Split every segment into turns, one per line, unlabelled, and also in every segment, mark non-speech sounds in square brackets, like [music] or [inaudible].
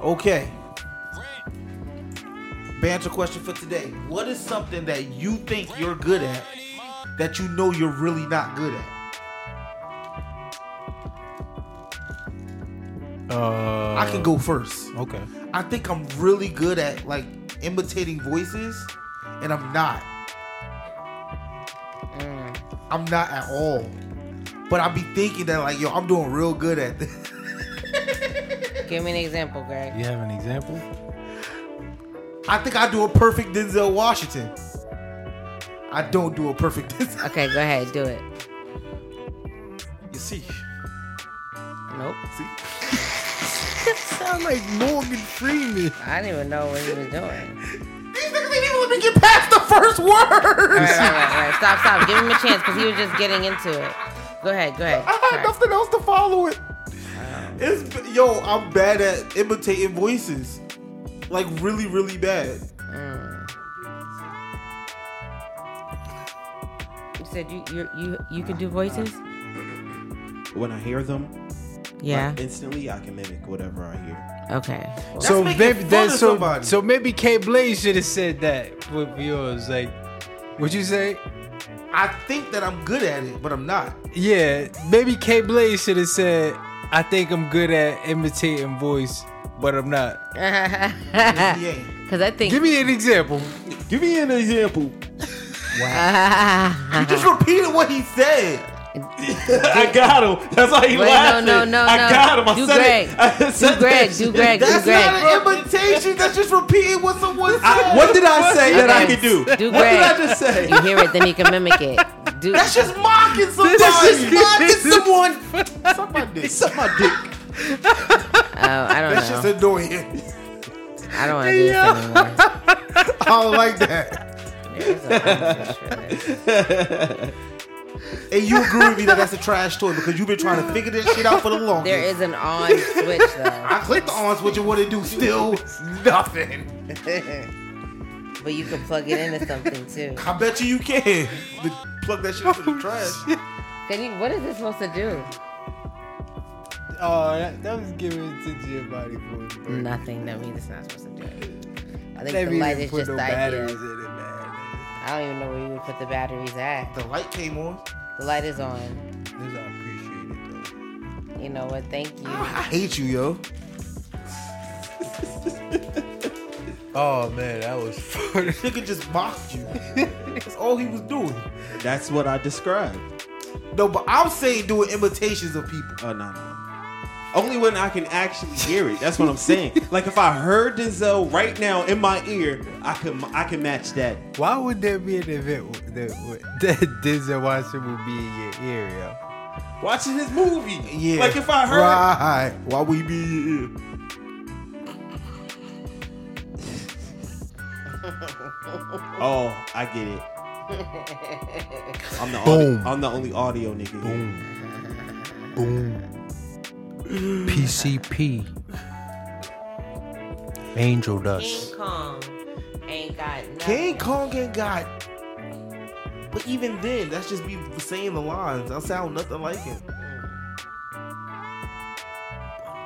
Okay. Banter question for today. What is something that you think you're good at that you know you're really not good at?
Uh,
I can go first.
Okay.
I think I'm really good at like imitating voices, and I'm not. Mm. I'm not at all. But I be thinking that like, yo, I'm doing real good at this. [laughs]
Give me an example, Greg.
You have an example?
I think I do a perfect Denzel Washington. I don't do a perfect [laughs] Denzel.
Okay, go ahead, do it.
You see,
Nope.
see, [laughs]
Sound like Morgan Freeman.
I didn't even know what he was doing. Right,
these niggas ain't even let me get past the first word. [laughs]
right, right, right. Stop, stop. Give him a chance because he was just getting into it. Go ahead, go ahead.
I had [laughs]
Sorry.
nothing else to follow it. It's yo, I'm bad at imitating voices, like really, really bad.
You said you you you you can do voices?
When I hear them,
Yeah.
like, instantly I can mimic whatever I hear.
Okay.
so
making
maybe
fun
that's
of
so.
somebody.
So maybe K Blaze should have said that with yours. Like, would you say?
I think that I'm good at it, but I'm not.
Yeah, maybe K Blaze should have said, "I think I'm good at imitating voice, but I'm not." Ah.
He ain't.
[laughs]
Because I think.
Give me an example.
Give me an example.
You just repeated what he said.
[laughs] I got him. That's why he
Wait, no,
laughing.
no, no,
I
no.
got him. I
Do
said
Greg.
it. I said
do Greg,
that
do
shit.
[laughs]
Greg, do
That's
Greg.
not an imitation. That's just repeating what someone said.
I- what did I say that I
Okay.
could
[laughs]
do?
[laughs] Do
what did I
Greg.
just [laughs] say?
You hear it, then you can mimic it. Do,
That's just mocking somebody.
[laughs] This is-
mocking
[laughs]
someone. Suck my dick.
Suck my dick.
oh, I don't
That's
know.
just annoying.
I don't want to do this anymore.
I don't like that.
There's a process for this.
And you agree with me that that's a trash toy because you've been trying to figure this shit out for the longest.
There is an on switch though,
I clicked the on switch and what it do? Still nothing.
but you can plug it into something too.
I bet you you can. But plug that shit into the
Oh,
trash.
Can you? What is it supposed to do?
Oh, that, that was giving it to your body for it.
Nothing. That means it's not supposed to do it. I think
Maybe
the
you
light
didn't
is
put
just
no
the idea.
batteries in it, man.
I don't even know where you would put the batteries at.
The light came on.
The light is on.
This I appreciate it though.
You know what? Thank you.
I hate you, yo.
Oh man, that was fun. [laughs]
Nigga just mocked you. That's all he was doing.
That's what I described.
No, but I'm saying doing imitations of people.
Oh no, no. Only when I can actually hear it. That's what I'm saying. [laughs] like if I heard Denzel right now in my ear, I could I could match that.
Why would there be an event w- that, w- [laughs] that Denzel Washington would be in your area?
Watching his movie.
Yeah.
Like if I heard
Right. Why we be here?
Oh, I get it. I'm the
Boom.
Audio, I'm the only audio nigga. Boom.
Boom. PCP. Angel
King Kong ain't got nothing.
King Kong ain't got. But even then, that's just me saying the lines. I sound nothing like him.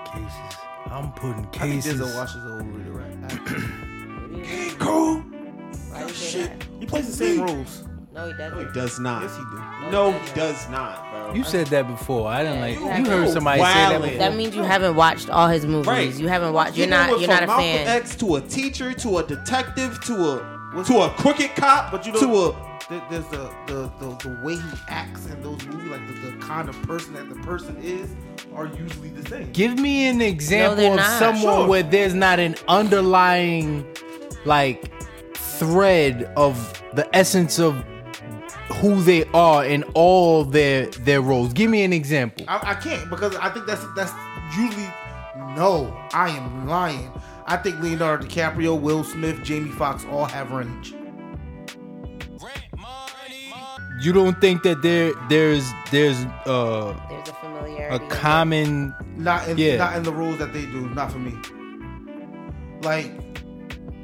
Cases. I'm putting
I think
cases.
Denzel Washington's overrated, right?
Cool.
Why you say
Shit.
that?
He plays the same roles.
No, he
No, he
doesn't.
does not.
Yes, he do.
No, he does not, bro.
You said that before. I didn't like.
Yeah,
You heard
you
somebody say that.
wildin'.
Before.
That means you haven't watched all his movies.
Right.
You haven't watched. You're
He went
not. You're not
from
a
Malcolm
fan.
X to a teacher to a detective to a
What's-
to a crooked cop
But you
to
know,
a
there- there's the, the the the way he acts in those movies, like the, the kind of person that the person is, are usually the same.
Give me an example
they're
of
not.
someone
Sure.
where there's not an underlying, like, thread of the essence of who they are in all their their roles. Give me an example.
I, I can't because I think that's that's usually no. I am lying. I think Leonardo DiCaprio, Will Smith, Jamie Foxx all have range.
You don't think that there there's there's uh,
There's a
a
familiarity.
common
Not in
Yeah.
not in the roles that they do. Not for me. Like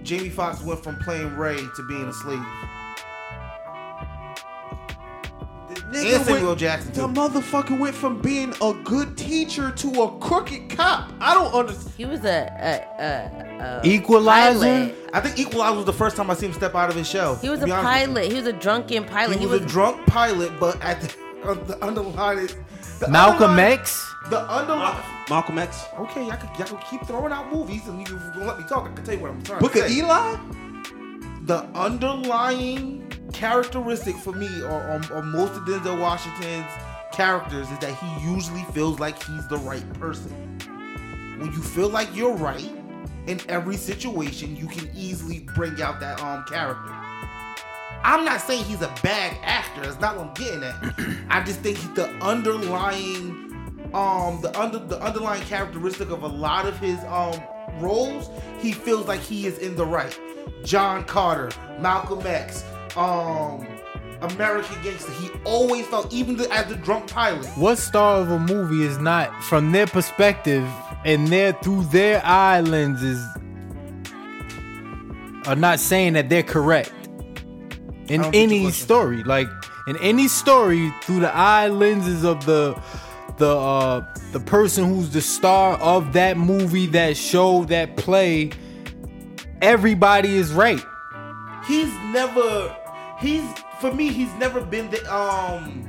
Jamie Foxx went from playing Ray to being a slave.
nigga nigga
Samuel
went-
Jackson, too.
The motherfucker went from being a good teacher to a crooked cop. I don't understand.
He was a a, a, a
Equalizer?
pilot.
I think Equalizer was the first time I seen him step out of his shell.
He was
to
a
be honest with you.
pilot. He was a drunken pilot.
He, was, a drunk pilot, but at the, [laughs] uh, the underlying. The
Malcolm
underlying-
X?
The underlying.
Malcolm X.
Okay, y'all can, y'all can keep throwing out movies and you can let me talk. I can tell you what I'm trying
Book
to
of
say.
Eli?
the underlying characteristic for me or, or, or most of Denzel Washington's characters is that he usually feels like he's the right person. When you feel like you're right in every situation, you can easily bring out that um character. I'm not saying he's a bad actor. That's not what I'm getting at. I just think the underlying, um, the under the underlying characteristic of a lot of his um roles, he feels like he is in the right. John Carter, Malcolm X, um, American Gangster. He always felt, even the, as the drunk pilot,
What star of a movie is not from their perspective and their through their eye lenses are not saying that they're correct in
I don't get your
any
question.
story? Like in any story through the eye lenses of the the uh the person who's the star of that movie, that show, that play, everybody is right.
he's never he's for me he's never been the um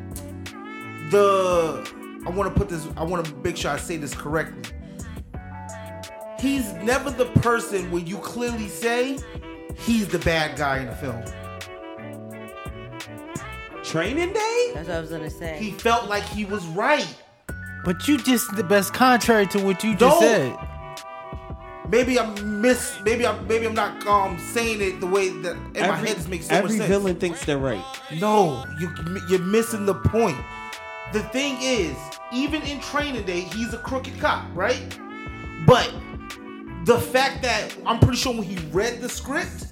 the I want to put this I want to make sure I say this correctly. He's never the person when you clearly say he's the bad guy in the film.
Training Day?
That's what I was gonna say.
He felt like he was right.
But you just the best contrary to what you just
Don't-
said.
Maybe I'm miss. Maybe I'm. Maybe I'm not um saying it the way that in my head this makes so much
every
sense.
villain thinks they're right.
No, you you're missing the point. The thing is, even in Training Day, he's a crooked cop, right? But the fact that I'm pretty sure when he read the script,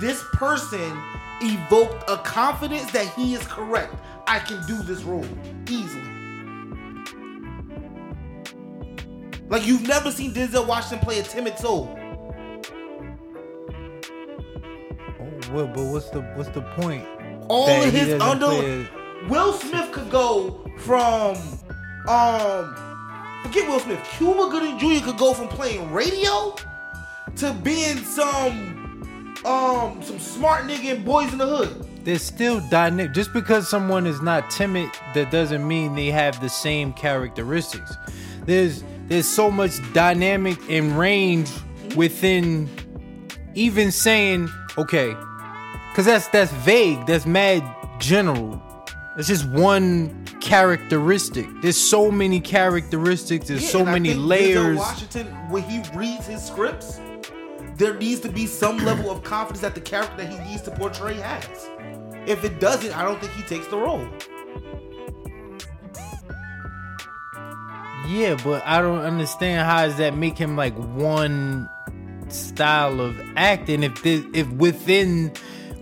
this person evoked a confidence that he is correct. I can do this role easily. Like you've never seen Denzel Washington play a timid soul.
Oh, well, but what's the what's the point?
all
that
of
he
his
doesn't
under
play
Will Smith could go from um forget Will Smith. Cuba Gooding Jr. could go from playing radio to being some um some smart nigga in Boys in the Hood.
There's still dynamic. Just because someone is not timid, that doesn't mean they have the same characteristics. There's there's so much dynamic and range within even saying okay, because that's that's vague. That's mad general. It's just one characteristic. There's so many characteristics. There's
Yeah,
so
and I
many
think Denzel
layers.
Washington, when he reads his scripts, there needs to be some level of confidence that the character that he needs to portray has. If it doesn't, I don't think he takes the role.
Yeah, but I don't understand how does that make him like one style of acting if this if within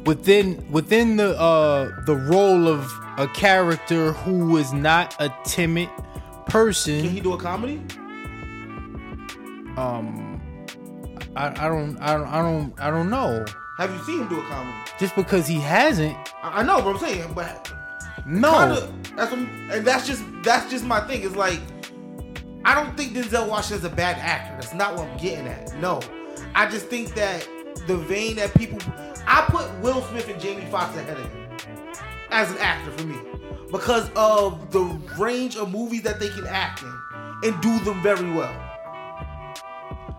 within within the uh the role of a character who is not a timid
Can
person
he do a comedy?
um I, I don't I don't I don't I don't know
Have you seen him do a comedy?
just because he hasn't
I, I know what I'm saying, but
no
Kinda- that's what, and that's just that's just my thing. It's like I don't think Denzel Washington's a bad actor. That's not what I'm getting at. No, I just think that the vein that people I put Will Smith and Jamie Foxx ahead of him as an actor for me because of the range of movies that they can act in and do them very well.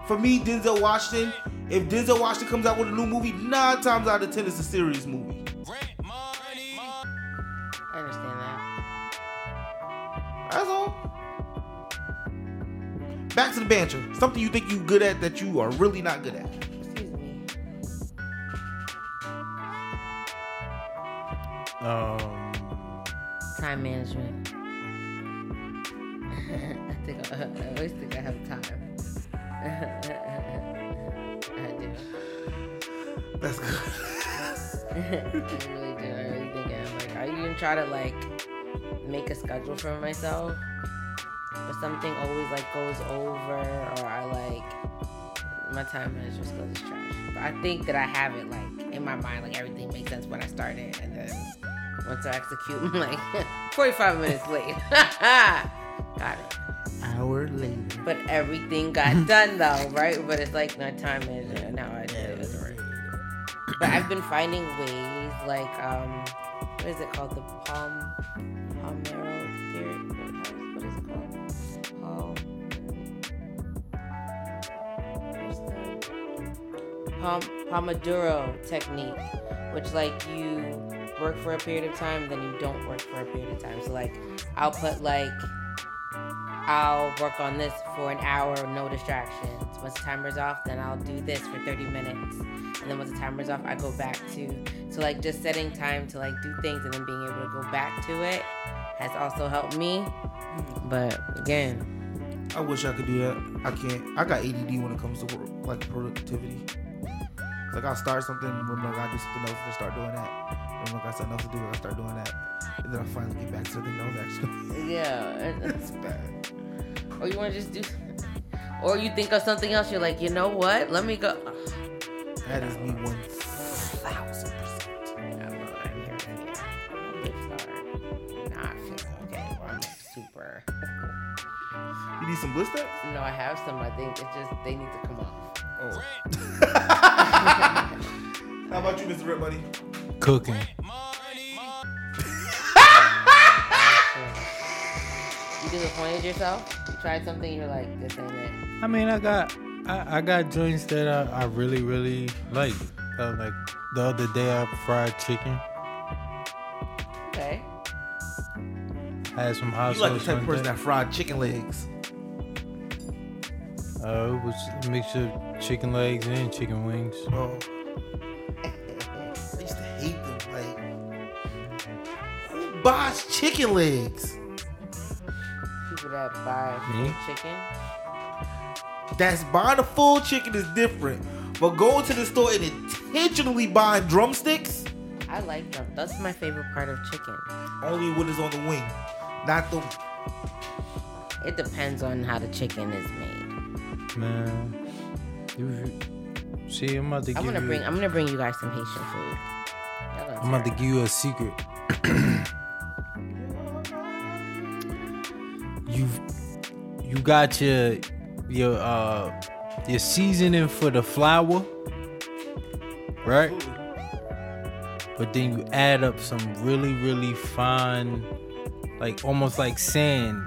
For me, Denzel Washington, if Denzel Washington comes out with a new movie, nine times out of ten, it's a serious movie.
I understand that.
That's all. Back to the banter. Something you think you good at that you are really not good at.
Excuse me.
um
Time management. [laughs] I think I, I always think I have time. [laughs] I do.
That's good.
[laughs] I really do. I really think I'm like, I even try to like make a schedule for myself, but something always like goes over, or I like my time management skills is trash. But I think that I have it like in my mind, like everything makes sense when I start it, and then once I execute, [laughs] I'm like 45 minutes late. [laughs] got it.
Hour later.
But everything got done though, right? But it's like not time management. and Now I did it. Right. But I've been finding ways, like um, what is it called? The palm, palmero theory. What is it called? Palm. what's the- Palm Pomodoro technique, which like you work for a period of time, then you don't work for a period of time. So like, I'll put like I'll work on this for an hour, no distractions. Once the timer's off, then I'll do this for 30 minutes. And then once the timer's off, I go back to. So, like, just setting time to, like, do things and then being able to go back to it has also helped me. But again,
I wish I could do that. I can't. I got ADD when it comes to work, like productivity. It's like I'll start something, remember I gotta do something else, and start doing that. Remember I got something else to do, I start doing that, and then I finally get back to the thing I was actually. [laughs]
yeah.
It's bad.
Or you want to just do. Or you think of something else, you're like, you know what? Let me go.
That is me one thousand percent.
Super.
You need some blister?
No, I have some. I think it's just they need to come off.
Oh. How about you, Mr. Rip Buddy?
Cooking.
You disappointed yourself? You tried something, you're like, this ain't it.
I mean, I got I, I got joints that I, I really really like. Uh, like the other day, I fried chicken.
Okay.
I had some hot
You like the
sauce
type of
on
person
that.
that fried chicken legs.
Uh, it was a mixture of chicken legs and chicken wings.
Oh. I used to hate them. Like, who buys chicken legs?
People that buy
Me?
chicken.
That's buying a full chicken is different. But going to the store and intentionally buying drumsticks,
I like them. That's my favorite part of chicken.
only when it's on the wing. Not the.
It depends on how the chicken is made.
Man, you see, I'm about to give
I'm gonna
you.
bring I'm gonna bring you guys some Haitian food. Y'all gonna
I'm about to
tear
give you a secret. [clears throat] you you got your your uh your seasoning for the flour, right? But then you add up some really really fine, like almost like sand,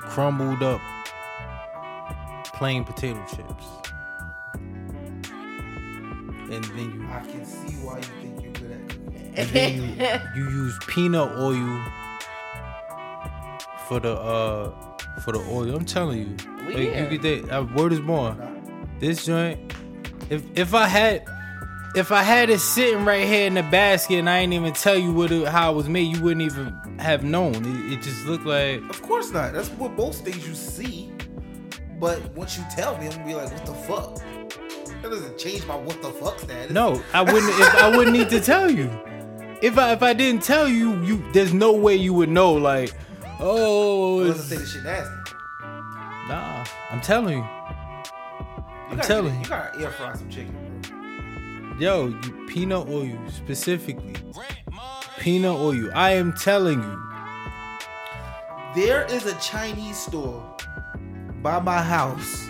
crumbled up plain potato chips. And then you
I can see why you think you're good at cooking.
it.
and then you, you use peanut oil for the uh for the oil. I'm telling you,
We
like,
here.
you get that. Uh, word is born. This joint, if if I had. If I had it sitting right here in the basket and I ain't even tell you what it, how it was made, you wouldn't even have known. It, it just looked like
Of course not. That's what most things you see. But once you tell me, I'm gonna be like, what the fuck? That doesn't change my what the fuck status.
no, I wouldn't. if, I wouldn't need to tell you. If I if I didn't tell you, you there's no way you would know. Like, oh,
It
it's-
doesn't say this shit nasty.
nah, I'm telling you.
You
I'm
gotta-
telling you.
You gotta air fry some chicken, bro.
Yo, you peanut oil specifically. Peanut oil. I am telling you.
There is a Chinese store by my house.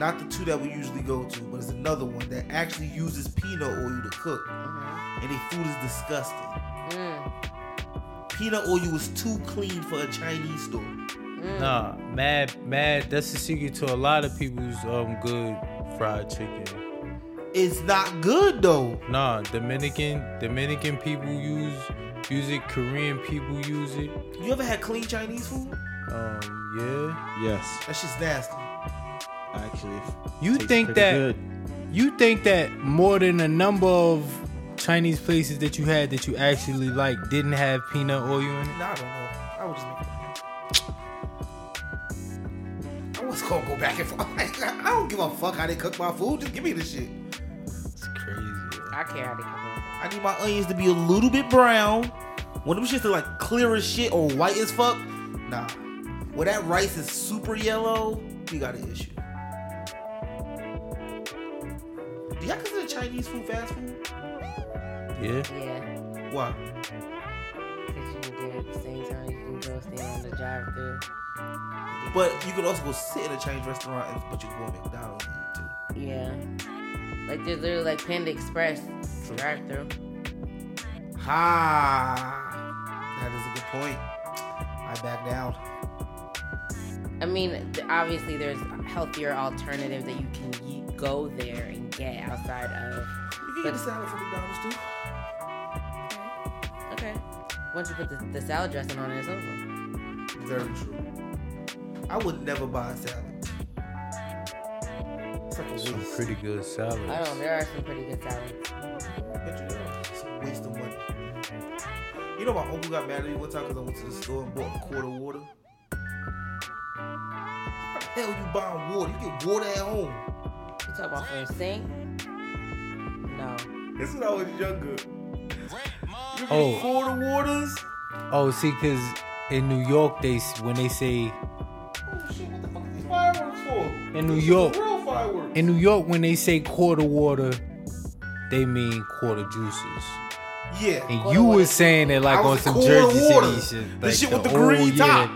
Not the two that we usually go to, but it's another one that actually uses peanut oil to cook. And the food is disgusting. Peanut oil is too clean for a Chinese store.
Mm.
Nah, mad, mad. That's the secret to a lot of people's um good fried chicken.
It's not good though.
Nah, Dominican, Dominican people use use it. Korean people use it.
You ever had clean Chinese food?
Um, yeah.
Yes,
That shit's nasty.
actually.
You
tastes
think
pretty
that
good.
you think that more than a number of Chinese places that you had that you actually like didn't have peanut oil in it?
No, I don't know. I would just make it. I was gonna go back and forth. [laughs] I don't give a fuck how they cook my food. Just give me this shit.
It's crazy. yo.
I care how they come
I need my onions to be a little bit brown. When them shits are like clear as shit or white as fuck, nah. When that rice is super yellow, we got an issue. Do y'all consider Chinese food fast food?
Yeah.
off. Yeah.
Why?
'cause you can get it at the same time. You can go stand on the drive through.
But you could also go sit in a Chinese restaurant, and, but you can go to McDonald's and eat too.
Yeah. Like there's literally like Panda Express drive through.
Ha! That is a good point. I back down.
I mean, th- obviously there's a healthier alternative that you can ye- go there and get outside of.
You can get a salad from McDonald's too.
Okay. Once you put the, the salad dressing on it, it's over.
Very true. I would never buy a salad. It's like a waste.
Some pretty good salads.
I don't know. There are some pretty good salads.
But you know, it's a waste of money. You know, my uncle got mad at me one time because I went to the store and bought a quart of water. How the hell you buying water? You get water at home.
You talk about for a sink? No.
This is when I was younger. You
Oh.
oh. quarter waters?
Oh, see, because in New York, they s- when they say
Oh shit, what the fuck are these fireworks for?
In New
These
York.
are Real fireworks.
in New York when they say quarter water, they mean quarter juices.
yeah.
And
Quarter
you
water.
was saying it like
I
on
was
some
cool
Jersey
water.
City shit.
The
like
shit with the
oh,
green
yeah,
top.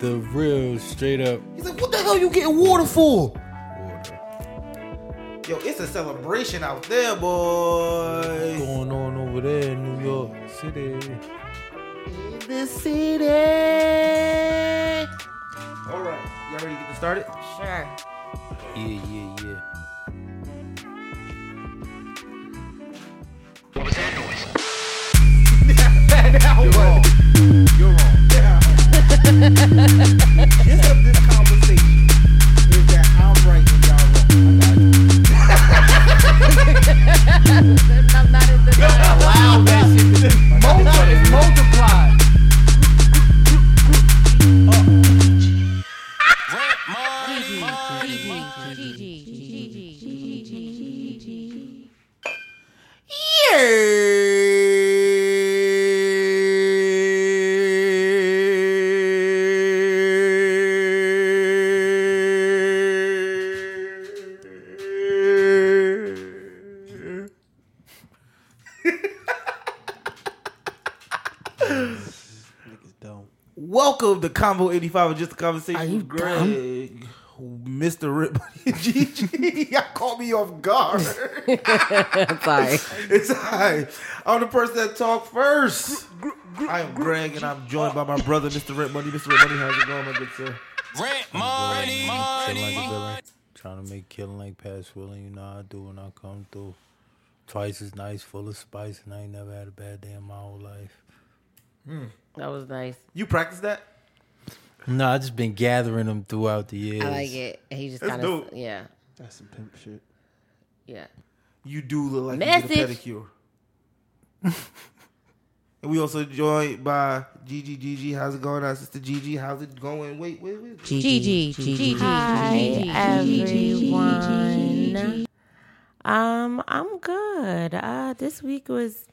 The real straight up
He's like, what the hell you getting water for?
water.
Yo, it's a celebration out there, boy.
Going on over there in New York City.
In the city. All right, y'all ready to get this started?
Sure.
[laughs]
Yeah, yeah, yeah.
You're wrong. You're wrong. Gist of this conversation is that I'm right and y'all wrong.
I'm not in the
Wow, that shit is multiplied.
Niggas dumb.
Welcome to Combo 85 of Just a Conversation
Are you
with Greg. Mr. Rip [laughs] GG. Y'all caught me off guard.
Sorry.
it's I. I'm the person that talk first. I am Greg and I'm joined by my brother, Mr. Rip Money. Mr. Rip Money, how's it going, my good sir?
Killing like a villain. Trying to make killing like past willing, you know how I do when I come through. Twice as nice, full of spice, and I ain't never had a bad day in my whole life.
That was nice.
You practice that?
No, I just been gathering them throughout the years.
I like it. He just
That's
kind of
dope.
yeah,
That's some pimp shit.
yeah.
You do look like you need a
Message.
pedicure. and we also joined by Gigi Gigi. How's it going, our sister Gigi? How's it going? Wait, wait, wait.
GG GG everyone. Um, I'm good. Uh, this week was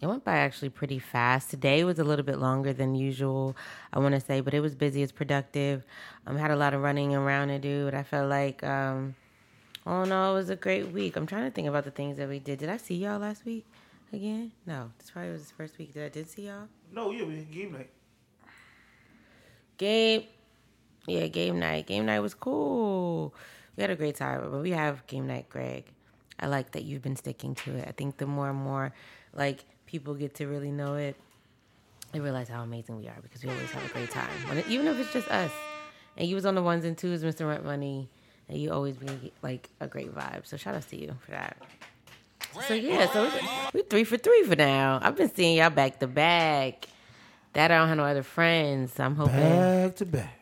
it went by actually pretty fast. Today was a little bit longer than usual, I want to say, but it was busy. It's productive. Um, had a lot of running around to do, but I felt like um, oh no, it was a great week. I'm trying to think about the things that we did. Did I see y'all last week again? No, this probably was the first week that I did see y'all.
No, yeah, we had game night.
Game, yeah, game night. Game night was cool. We had a great time, but we have game night, Greg. I like that you've been sticking to it. I think the more and more, like people get to really know it, they realize how amazing we are because we always have a great time, When it- even if it's just us. And you was on the ones and twos, Mr. Rent Money, and you always be like a great vibe. So shout out to you for that. So yeah, so we three for three for now. I've been seeing y'all back to back. That I don't have no other friends. So I'm hoping.
Back to back.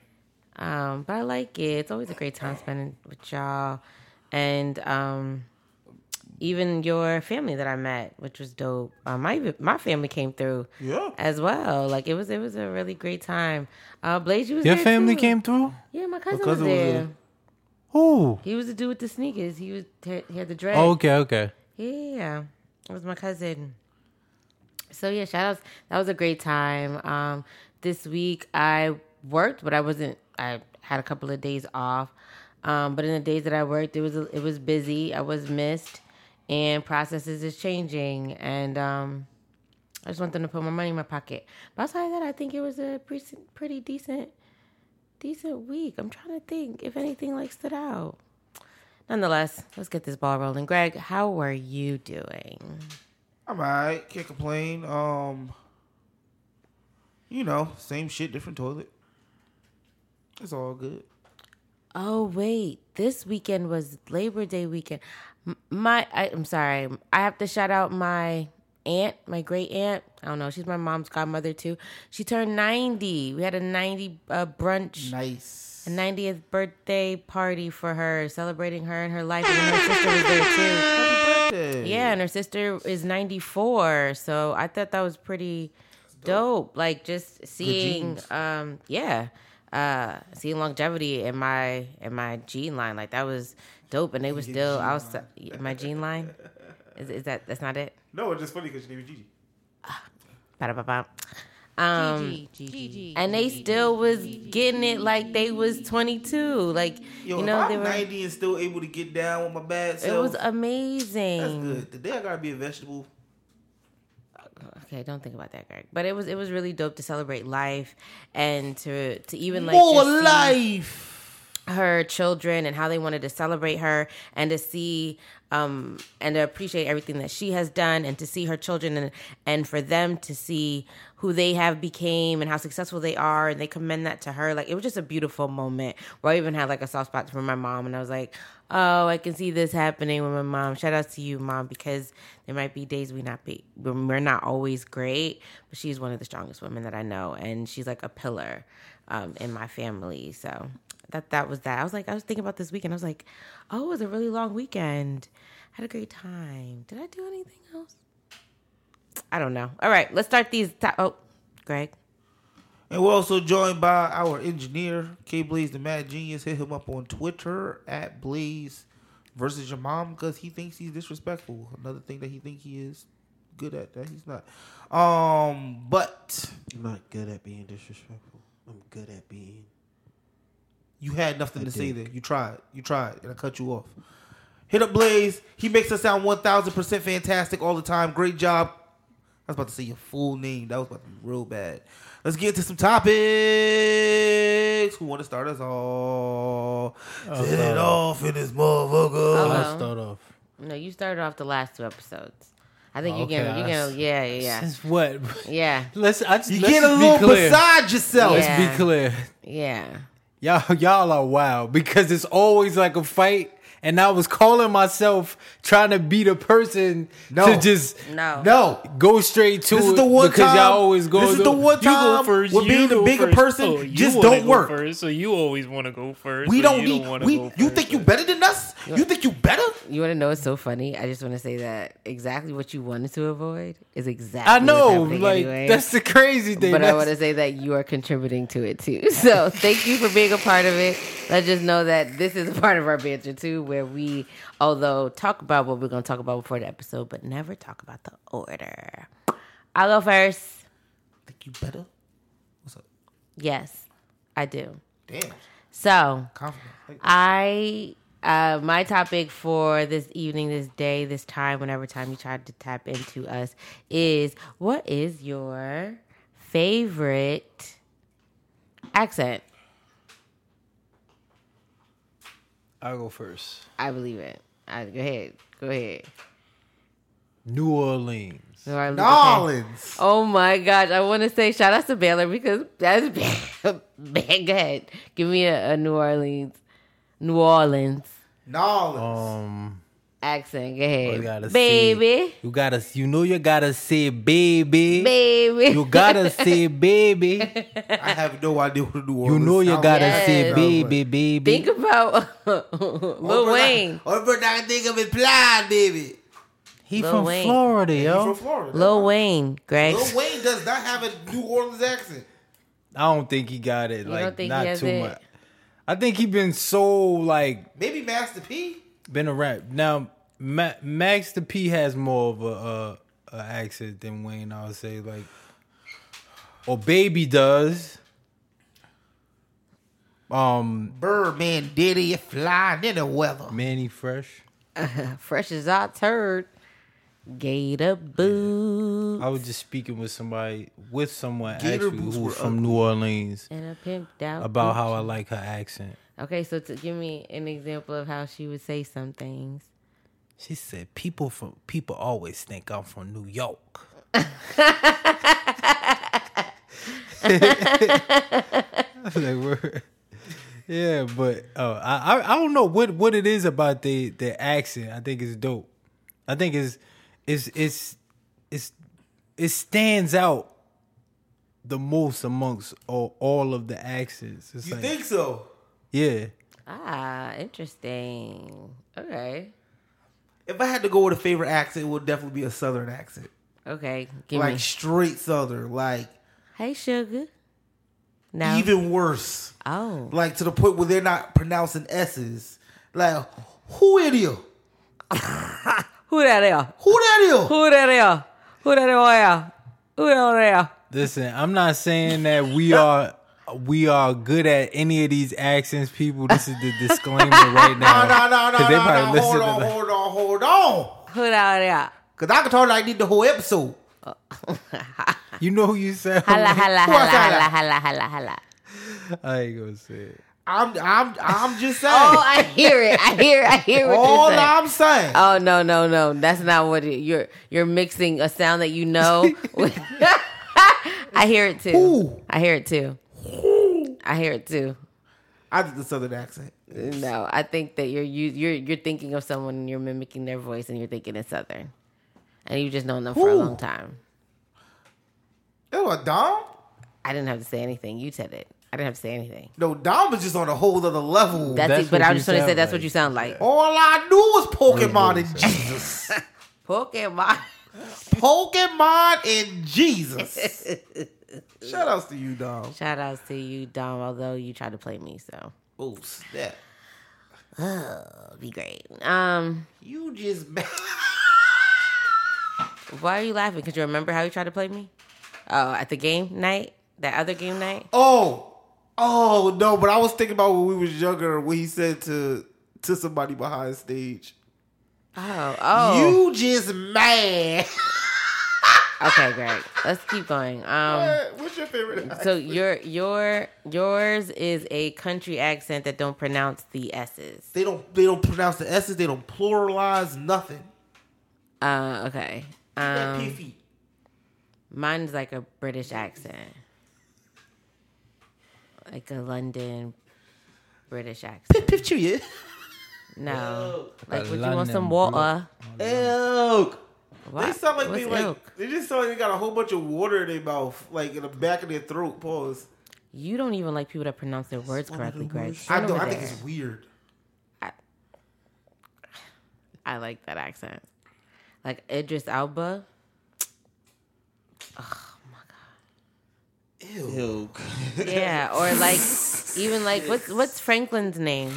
Um, but I like it. It's always a great time spending with y'all and um even your family that I met, which was dope. Um, my my family came through
Yeah.
as well. Like it was it was a really great time. Uh Blaze, you was
Your
there,
family
too.
came through?
Yeah, my cousin,
cousin
was
was
there.
there.
Who?
He was the dude with the sneakers. He was he had the dread.
Oh, okay, okay.
Yeah, it was my cousin. So yeah, shout outs. That was a great time. Um, this week I worked, but I wasn't. I had a couple of days off. Um, but in the days that I worked, it was it was busy. I was missed, and processes is changing, and um, I just want them to put more money in my pocket. But outside of that, I think it was a pre- pretty decent, decent week. I'm trying to think if anything like stood out. Nonetheless, let's get this ball rolling. Greg, how were you doing?
I'm alright. Can't complain. Um, you know, same shit, different toilet. It's all good.
Oh wait, this weekend was Labor Day weekend. M- My, I, I'm sorry, I have to shout out my aunt, my great aunt. I don't know, she's my mom's godmother too. She turned 90. We had a 90 uh, brunch,
Nice.
a 90th birthday party for her, celebrating her and her life. And then her sister was there too.
Happy birthday.
Yeah, and her sister is 94. So I thought that was pretty dope. Like just seeing
genes.
um yeah, uh seeing longevity in my in my gene line. Like that was dope and they were still outside in my gene line. Is is that that's not it?
No, it's just funny because your name is Gigi.
Ba-da-ba-ba. Um and they still was getting it like they was 22. Like
Yo,
you
if
know
I'm
they were
90 and still able to get down with my bad
it
self,
was amazing.
that's good. Today I gotta be a vegetable.
okay, don't think about that, Greg. But it was it was really dope to celebrate life and to to even like
More
just see
life.
her children and how they wanted to celebrate her and to see um and to appreciate everything that she has done and to see her children and and for them to see who they have became and how successful they are and they commend that to her like it was just a beautiful moment where I even had like a soft spot for my mom and I was like oh I can see this happening with my mom shout out to you mom because there might be days we not be we're not always great but she's one of the strongest women that I know and she's like a pillar um, in my family so that that was that. I was like, I was thinking about this weekend. I was like, oh, it was a really long weekend. Had a great time. Did I do anything else? I don't know. All right, let's start these. To- oh, Greg.
And we're also joined by our engineer, K Blaze the Mad Genius. Hit him up on Twitter at Blaze versus your mom because he thinks he's disrespectful. Another thing that he think he is good at that he's not. Um, but
I'm not good at being disrespectful. I'm good at being.
You had nothing to say there. You tried. You tried, and I cut you off. Hit up Blaze. He makes us sound one thousand percent fantastic all the time. Great job. I was about to say your full name. That was about to be real bad. Let's get to some topics. Who want to start us all? Set it off in this motherfucker.
I'll start off.
No, you started off the last two episodes. I think
Oh,
you're
okay,
getting, you're
I s-
getting, yeah, yeah,
Since what? [laughs]
yeah, yeah,
Let's. I just,
you
let's
get a
just be
little
clear.
beside yourself.
Yeah.
Let's be clear.
yeah.
Y'all, [laughs] y'all are wild because it's always like a fight, and I was calling myself trying to be the person
No.
to just
No,
No,
go straight to
this
it
is the one
because
time.
y'all always go.
This is
to-
the one
You go
time
first.
with
you
being the
go
bigger
first.
person
Oh, you
just
wanna
don't
go
work.
First, so you always want to go first.
We
or
don't
you
need.
wanna
we.
go
You
first,
think you
or-
better than us? You think you better?
you want to know what's so funny? I just want to say that exactly what you wanted to avoid is exactly.
I know,
what's happening
like
anyway.
that's the crazy thing.
But I
That's-
want to say that you are contributing to it too. [laughs] So thank you for being a part of it. Let's just know that this is a part of our banter too, where we, although talk about what we're going to talk about before the episode, but never talk about the order. I'll go first.
Think you better? What's up?
Yes, I do.
Damn,
So
confident. Like,
I uh, my topic for this evening, this day, this time, whenever time you tried to tap into us is what is your favorite accent?
I'll go first.
I believe it. I, go ahead, go ahead.
New Orleans.
New Orleans, okay.
Nolans.
Oh my gosh! I want to say shout out to Baylor because that's [laughs] bad. bad. Go ahead, give me a, a New Orleans, New Orleans
Nolans.
Um,
accent. Go
you
ahead,
gotta
baby,
Say, you gotta. You know you gotta say baby.
baby.
You
[laughs]
gotta say baby.
I have no idea what to do.
You know you gotta say
Yes.
baby, baby.
Think about [laughs] Lil Wayne.
Or but I think of it blind, baby.
he
Lil
from
Wayne.
Florida,
He's from
yo.
Florida.
Lil Wayne, Greg.
Lil Wayne does not have a New Orleans [laughs] accent.
I don't think he got it.
You
like
don't think
not
he has
too
it?
much. I think he been so like
Maybe Master P.
been a rap. Now Ma- Max the P has more of a, uh a accent than Wayne. I would say like, or Baby does. Um,
Birdman Diddy flying in the weather.
Manny Fresh.
Fresh as I turd. Gator boots
I was just speaking with somebody with someone
Gator
actually
boots
who
were
was from New Orleans
and a pimped out
about
Gucci.
how I like her accent.
Okay, so to give me an example of how she would say some things.
She said, "People from people always think I'm from New York." [laughs] I was like, "Word." yeah, but uh, I I- I don't know what what it is about the the accent. I think it's dope. I think it's it's it's it's it stands out the most amongst all, all of the accents. It's
You
like,
think so?
yeah.
Ah, interesting. Okay.
If I had to go with a favorite accent, it would definitely be a Southern accent,
Okay. Give
like
me.
straight Southern, like
Hey, sugar. No.
even worse,
oh.
like to the point where they're not pronouncing s's. Like who idiot?
Who that are?
Who that is?
Who that are? Who that are? Who that are?
Listen, I'm not saying that we are we are good at any of these accents, people. This is the
[laughs]
disclaimer right now.
No, no, no, no,
'Cause
no,
they
no.
probably listen
Hold
to
on,
the-
hold on, hold on.
Who that
Cause I can talk like I did the whole episode.
You know who you sound.
Hala
like?
hala
Who I
hala
sound
hala
like?
hala hala hala.
I ain't gonna say it.
I'm, I'm, I'm just saying.
[laughs] Oh, I hear it. I hear. I hear what
all
you're saying.
I'm saying.
Oh no no no! That's not what it, you're. You're mixing a sound that you
[laughs]
know. with- [laughs] I hear it too.
Who?
I hear it too. I hear it too.
I did the Southern accent.
No, I think that you're you, you're you're thinking of someone and you're mimicking their voice and you're thinking it's southern, and you've just known them for a
Who?
long time.
It was Dom.
I didn't have to say anything. You said it. I didn't have to say anything.
No, Dom was just on a whole other level.
That's,
That's
it. But
what
I
you
was just trying to say
sound
that's
like.
what you sound like.
all I knew was Pokemon and Jesus.
Pokemon. [laughs]
Pokemon and [laughs] Jesus. Shout outs to you, Dom.
Shout outs to you, Dom. Although you tried to play me, so
Oh, snap.
it'll be great. Um,
You just [laughs] mad.
why are you laughing? Because you remember how you tried to play me? Oh, at the game night, that other game night.
Oh. Oh no, but I was thinking about when we was younger what he said to to somebody behind stage.
Oh, oh.
You just mad.
[laughs]
okay, great. Let's keep going. Um.
What's your favorite?
So your your yours is a country accent that don't pronounce the s's.
They don't they don't pronounce the S's, they don't pluralize nothing.
Uh, okay.
That
Um,
piffy.
mine's like a British accent, like a London British accent.
Piff piff chew you.
No, like
A
would you want some
London
water?
Elk.
What?
They sound like
What's
they like
ilk?
they just sound like they got a whole bunch of water in their mouth, like in the back of their throat. Pause.
you don't even like people that pronounce their words correctly, Greg.
I
Get
don't.
over
I think
there.
it's weird.
I like that accent. Like
[laughs]
Idris Alba.
Ew.
Yeah, or like even like what's what's Franklin's name?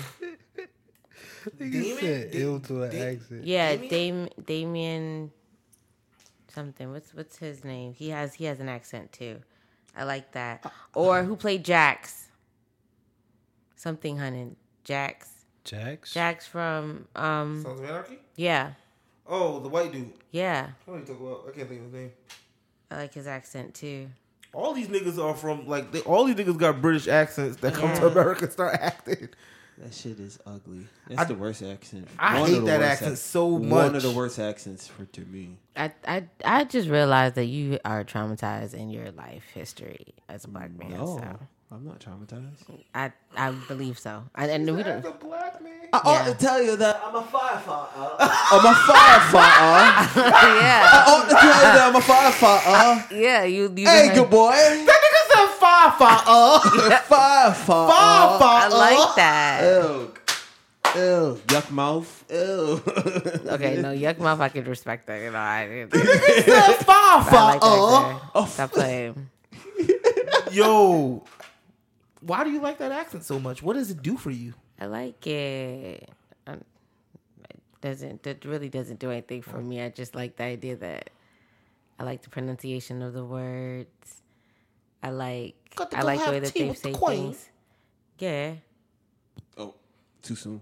You said ill to an accent.
Yeah, Dam- Damien something. What's what's his name? He has he has an accent too. I like that. Or who played Jax? Something hunting. Jax.
Jax.
Jax from um
Sounds of Anarchy.
yeah.
Oh, the white dude.
Yeah.
What are you talking about? I can't think of his name.
I like his accent too.
All these niggas are from like they. All these niggas got British accents that come to
Yeah.
America and start acting.
That shit is ugly. That's the worst accent.
I
of
hate
the
that
worst
accent
ac-
so
One
much.
of the worst accents for to me.
I, I I just realized that you are traumatized in your life history as a black man.
No,
So
I'm not traumatized.
Oh,
I I believe so. I, and we don't. [laughs]
a black man.
I
ought to
tell you that I'm a firefighter. I'm a
[laughs]
firefighter.
yeah,
ought to tell you that I'm a firefighter.
yeah. You you.
boy.
Niggas said fire, fire, uh,
[laughs] Firefighter.
fire,
I
fire.
[laughs]
like that.
Ew. Ew. Yuck mouth. Ew. [laughs]
Okay, no, yuck mouth, I could respect that. You know,
[laughs]
I didn't.
Niggas said fire,
I
fire,
like
uh.
that.
Oh,
girl. Stop playing.
Yo, why do you like that accent so much? What does it do for you?
I like it. I, it doesn't that really doesn't do anything for me. I just like the idea that I like the pronunciation of the words. I like
Got to
I
go
like the way
have
that
tea
they
with the
say
queen.
things. Yeah.
Oh, too soon.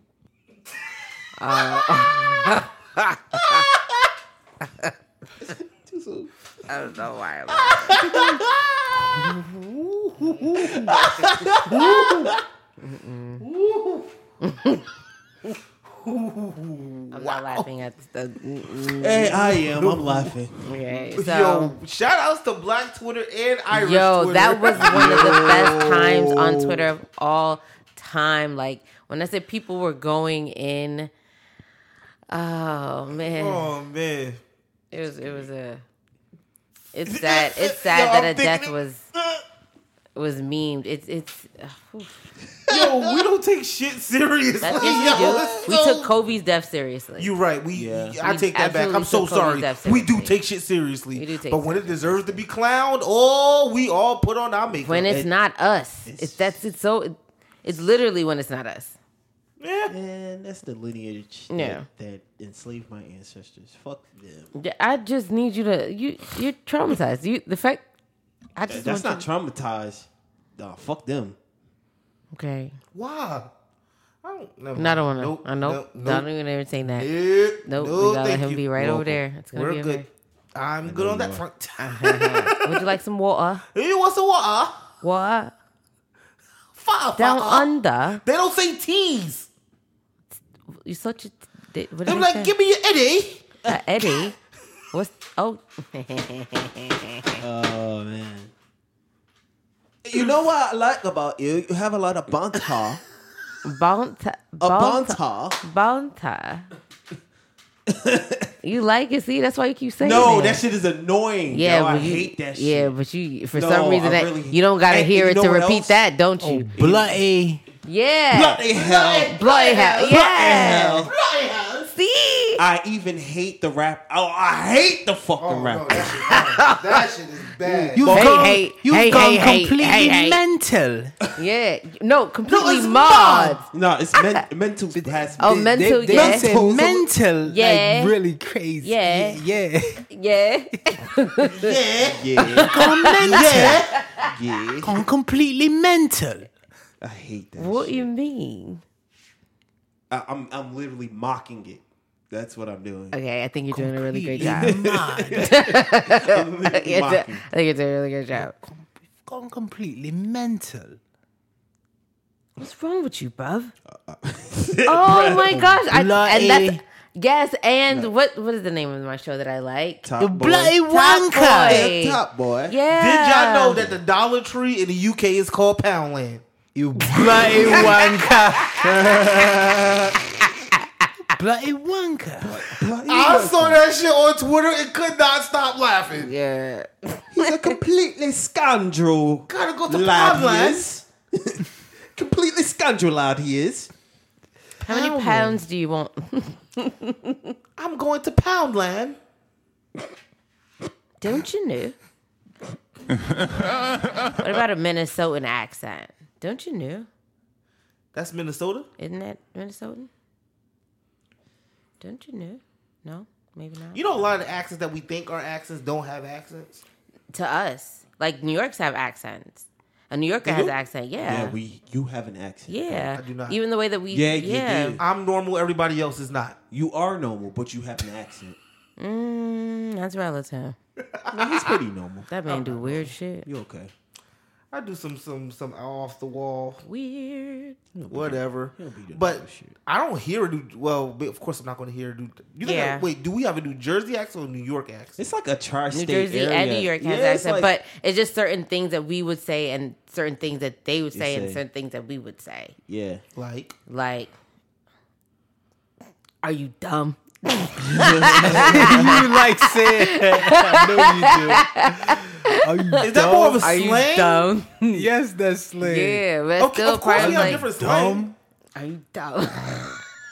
I don't know why. I'm [laughs] I'm not laughing at the. mm,
Hey, I am. I'm laughing.
mm, Okay, so.
Yo, shout outs to Black Twitter and Irish
Yo,
Twitter.
that was one of the best times on Twitter of all time. Like when I said people were going in, oh
[laughs]
man,
oh man.
it was it was a. It's sad. It's sad that a
I'm
death
thinking-
was was memed. It's it's. ugh, oof.
[laughs] Yo, we don't take shit seriously.
That's
yo.
yes, we do. We
So-
took Kobe's death seriously.
You're right. We,
Yeah.
I
We
take that back. I'm
absolutely
so
took
sorry.
Kobe's death
We do
seriously.
take shit seriously.
We do take
but
it
when it deserves to be clowned, oh, we all put on our makeup.
when it's not us, it's that's it's so. It's literally when it's not us.
yeah.
Man, that's the lineage
Yeah.
that, that enslaved my ancestors. Fuck them.
Yeah, I just need you to you. You're traumatized. You the fact. I just
That's
want
not traumatized. Nah, fuck them.
you- okay.
Why? I don't know.
No, I don't want to.
Nope,
I know.
nope,
No, I
nope.
don't even entertain that.
Eh,
Nope, we
no,
gotta let
thank
him
you.
be right
You're
over
welcome.
there. It's gonna
We're
be
good.
okay.
I'm good on that front.
Uh-huh. Would you like
[laughs]
some water?
hey, what's the water?
Water
Fire,
down
fire.
uh,
under.
They don't say teas.
You such a. They, what
They're
did
like, give me your Eddie.
a Eddie. What's oh?
Oh man. You know what I like about you? You have a lot of banter.
Bonta. [laughs]
A
Bonta.
banter.
Bonta. you like it? See, that's why you keep saying
[laughs] No,
it.
that shit is annoying.
Yeah,
yo, I
but you,
hate that shit.
Yeah, but you for
No,
some reason
I
that
really-
you don't gotta
And
hear
you
it
know
to
what
repeat
else? Oh,
that, don't you?
Bloody.
yeah, Oh,
Bloody hell.
bloody hell. Yeah,
hell.
see.
I even hate the rap. Oh, I hate the fucking rap.
Oh, that, shit is bad.
You've
Hey,
gone,
hey,
you've
hey,
gone
hey, hey,
completely
hey, hey.
mental.
Yeah, no, completely
it's
marred.
No, it's men- mental has
Oh,
They-
mental,
they, they
yeah.
said
Mental.
mental,
Yeah.
like really crazy.
Yeah.
yeah.
[laughs]
Yeah,
yeah.
yeah,
[laughs] [laughs] Gone mental.
yeah.
Gone completely mental.
I hate that.
what
shit.
you mean?
I, I'm I'm literally mocking it. That's what I'm doing.
Okay, I think you're doing a really good job.
Mad.
[laughs]
I'm literally
Yeah, I
mocking.
think [laughs] you're doing a really good job.
Gone completely mental.
What's wrong with you, Bub?
[laughs]
[laughs]
oh my gosh! I,
Bloody-
and
eh.
that's yes. And what what is the name of my show that I like?
Top
The
boy.
bloody
Top
Wonka.
boy.
Top boy.
Yeah.
Did y'all know that the Dollar Tree in the UK is called Poundland?
You bloody wanker. bloody wanker.
I saw that shit on Twitter and could not stop laughing.
Yeah.
He's a completely scoundrel.
Gotta go to
lad he
Poundland.
is. [laughs] completely scoundrel lad he is.
How many pounds do you want?
I'm going to Poundland.
Don't
[laughs]
you know? what about a Minnesotan accent? Don't you know?
That's Minnesota.
Isn't that Minnesotan? Don't you know? No, maybe not.
You know, a lot of the accents that we think are accents don't have accents.
to us, like New York's have accents. A New Yorker has
do?
an accent. Yeah.
Yeah,
Yeah.
we. You have an accent.
I do not.
Even the way that we.
Yeah,
Yeah.
you
Yeah.
do.
I'm normal. Everybody else is not.
You are normal, but you have an accent.
Mm, that's relative.
No, he's pretty normal.
That man do weird shit.
You okay?
I do some some some off the wall
Weird.
whatever.
be doing
But
that shit.
I don't hear a new. Well, but of course I'm not going to hear a new. You think
Yeah.
I- wait, do we have a New Jersey accent or New York accent?
It's like a
New
tri-state
Jersey
area.
and New York has
Yeah, it's
accent,
like-
but it's just certain things that we would say and certain things that they would say, and
say.
certain things that we would say.
yeah,
Like
Like, are you dumb?
you like saying that. I know you do. Are you
is that more of a
dumb?
Are
slang?
you dumb?
Yes, that's slang.
yeah, but
Okay,
still
of course
part
we
of
have
like,
different slang.
[laughs] Dumb.
are you dumb?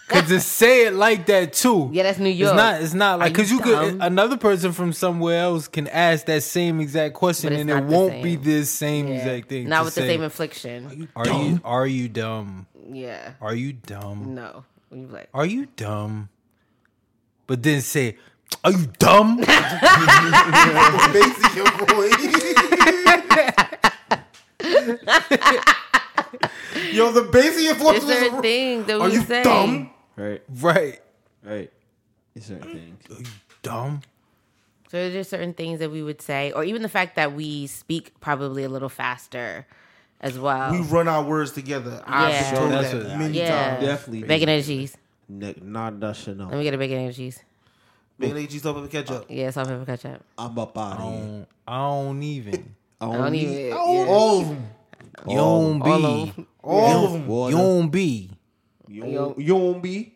Cause to say it like that too.
[laughs] yeah, that's New
It's
York.
not. It's not like
Are
because you, could
dumb?
another person from somewhere else can ask that same exact question
But it's
and it
not the
won't be
same.
this same
Yeah.
exact thing.
Not
to
with
say,
the same infliction.
Are you are you dumb?
Yeah,
Are you dumb?
no. You like
Are you dumb? But then say, are you
[laughs]
dumb?
Basically, your voice. Yo, the basic voice
there's certain
was.
things that
Are
we
you
say.
dumb?
right,
right.
right. It's certain things.
Dumb.
So there's just certain things that we would say, or even the fact that we speak probably a little faster as well.
We run our words together. I've
Yeah.
been told
Sure, that's
that
what-
many
Yeah.
times.
Definitely.
bacon and cheese.
Ne- Not national.
Let me get a bacon and cheese.
Big lady, stop and catch up.
Yeah, salt, pepper, ketchup.
I'm up out of here.
don't- I don't even.
I don't even.
Oh.
Oh.
All of them.
You don't
all
be.
of 'em.
All of them.
You don't be.
Oh. You don't- you don't be.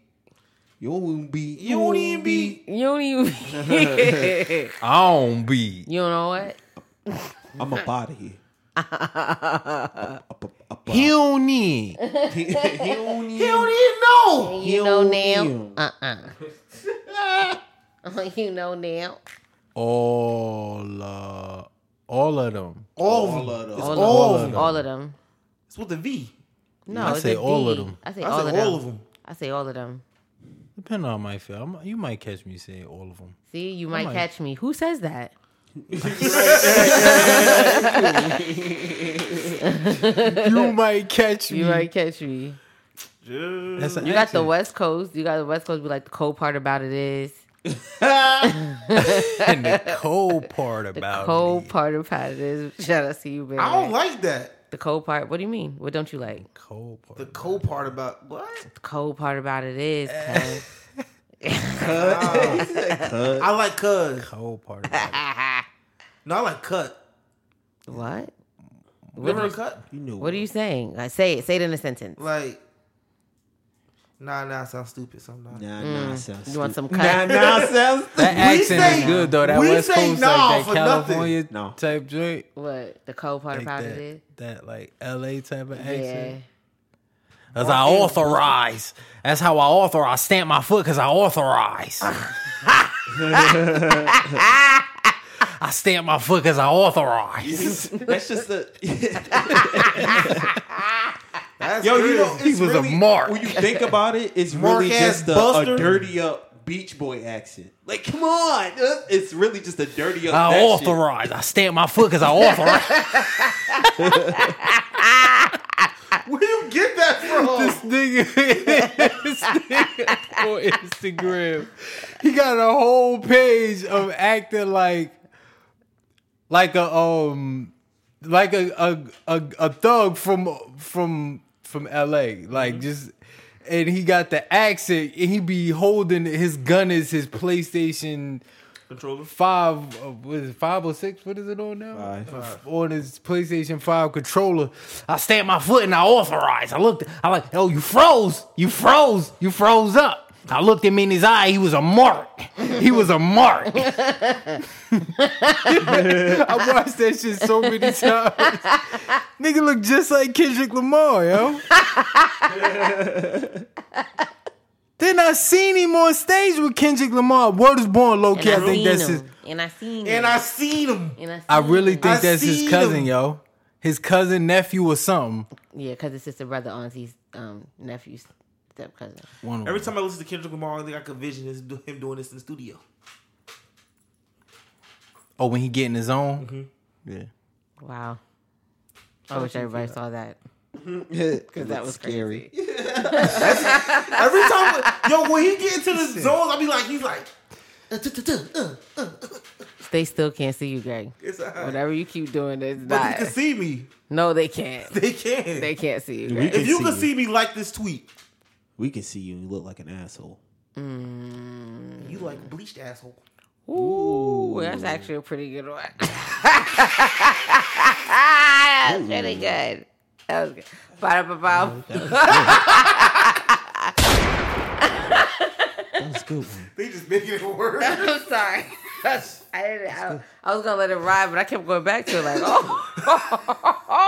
You don't be.
You don't even be.
You don't even.
I don't be.
[laughs] you know what? [laughs]
I'm up out of here. Up, up, up, up,
He don't need.
out. He don't
You
even-
don't even know.
You know now.
you.
Uh uh You know now.
all uh, all of them.
All of
All
them.
of them.
It's
All,
all
of
of
them.
them.
All of them.
It's with the V.
No,
I
it's
say
a
all of
D.
them.
I say all
I
of
said
them.
all of them.
I say all of them.
Depending on my feel, I'm, you might catch me saying all of them.
See, you might
on.
catch me. Who says that?
[laughs] You might catch me.
You might catch me.
That's an
You got the
accent.
West Coast. You got the West Coast. Be like the cold part about it is
[laughs] and the cold part
the
about
cold
it.
part about it is. Shout out to you, baby.
I don't like that.
the cold part. What do you mean? What don't you like?
Cold part.
The cool part about what?
The cold part about it is. cuz.
I like cuz.
cold part. About it.
No, I like cut.
[laughs] what?
Remember cut?
You know
What are you saying? Like, say it. Say it in a sentence.
Like, nah, nah, sounds stupid sometimes.
Nah, nah, sounds
Mm. You want some
stupid.
cut?
Nah, nah,
[laughs]
sounds
That
We
accent
say-
is good though. That
we
West
say
Coast
nah
like that
for nothing.
California
No.
type joint.
What? The cold part
Like
about
that,
it is.
that like LA type of
Yeah.
accent. As I authorize. That's how I authorize. I stamp my foot because I authorize. [laughs] I stamp my foot because I authorize.
[laughs] That's just a.
That's
Yo, you
crazy.
know, it's
was a
really-
mark.
When you think about it, it's
Mark
really
ass
just a, a
buster.
dirty up Beach Boy accent. Like, come on. uh, It's really just a dirty up.
I
that shit.
authorize. I stamp my foot because I [laughs] authorize.
where you get that from?
[laughs]
this nigga, this nigga on Instagram, he got a whole page of acting like, like a um, like a a a, a thug from from from L.A. Like just. And he got the accent, and he be holding his gun as his PlayStation
Controller.
five uh, was it five or six? What is it on now?
Five.
F- On his PlayStation Five controller, I stamped my foot and I authorized. I looked. I like, oh, you froze. You froze. You froze up. I looked him in his eye. He was a mark. He was a mark. I watched that shit so
[laughs]
many times. Nigga look just like Kendrick Lamar, yo. then I seen him on stage with Kendrick Lamar. Word is born, low
And
key. I
I seen
think that's his.
him. And I seen him.
And I seen him.
And I, seen
I really
him.
think
I
that's his
seen
cousin,
him.
yo. His cousin, nephew, or something.
Yeah, because it's sister, brother, auntie's um, nephew's step cousin.
One of
Every
them.
time I listen to Kendrick Lamar, I think I could vision this, him doing this in the studio.
Oh, when he getting his own. Yeah.
Wow. I wish everybody saw that. [laughs]
Because
that was
scary.
Every time, yo, when he get into the zones, I be like, he's like, uh, tuh, tuh, tuh, uh.
They still can't see you, Greg.
it's all right.
Whatever you keep doing, it's
But you
not.
can see me.
No, they can't.
[laughs] They can.
They can't see you.
We
Greg.
if you
see
can see me like this tweet,
we can see you. You look like an asshole.
you like bleached asshole.
Ooh, that's actually a pretty good one. [laughs] that's really good. That was good. Ba-da-ba-bum.
That was a good. One.
They just making it worse.
[laughs]
[laughs]
I'm sorry. I didn't. I, I was gonna let it ride, but I kept going back to it. Like, oh,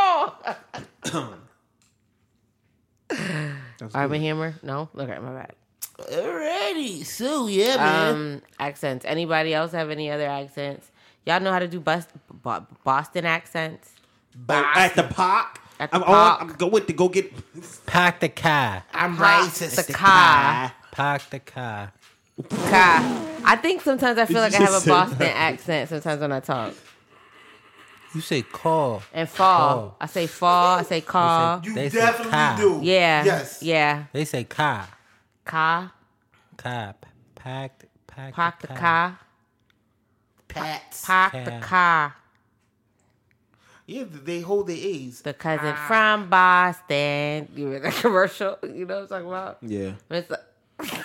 Arm and Hammer. No, look at my bad.
Alrighty, so yeah, man.
Um, accents. Anybody else have any other accents? Y'all know how to do bus- Bo- Boston accents?
Oh, at the park.
At the
I'm,
park.
On, I'm going to go get.
[laughs] Pack the car.
I'm
Pop
racist.
The car.
Pack the car.
Car. I think sometimes I feel
Did
like
you
I have a
just say
Boston accent sometimes when I talk.
You say call.
And fall.
Oh.
Car.
I say fall. I say car.
You
They say
definitely
cow.
do.
yeah.
Yes.
Yeah.
They say car.
Car.
Car. Pack. Pack. Pack.
Park the car.
Pats.
Park
Yeah.
the car
Yeah, they hold their A's.
because it's from Boston. You remember that [laughs] commercial? You know what I'm talking about?
Mm.
Yeah.
It's like,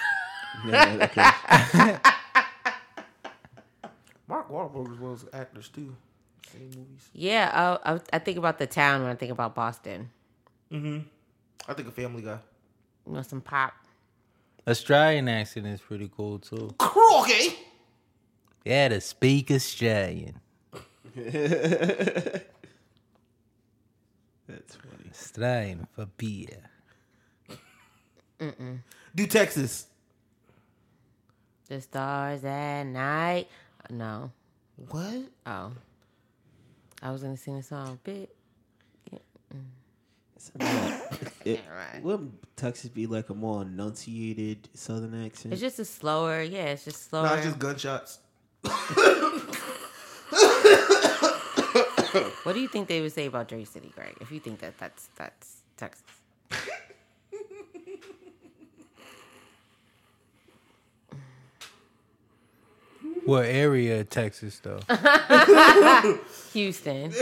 Yeah,
[laughs]
okay.
Mark Wahlberg was actors too. Same movies.
yeah, I, I, I think about the town when I think about Boston.
I think a Family Guy.
You know, some pop.
Australian accent is pretty cool too.
Crokey.
Yeah, to speak Australian.
That's funny.
Australian for beer.
Do Texas.
The stars at night. No.
What?
Oh. I was going to sing the song. Bit.
[laughs] It,
right.
Wouldn't Texas be like a more enunciated Southern accent?
It's just a slower. Yeah, it's just slower.
Nah, it's just gunshots.
What do you think they would say about Dre City, Greg? If you think that that's that's Texas.
What area of Texas [laughs] though?
[laughs]
Houston.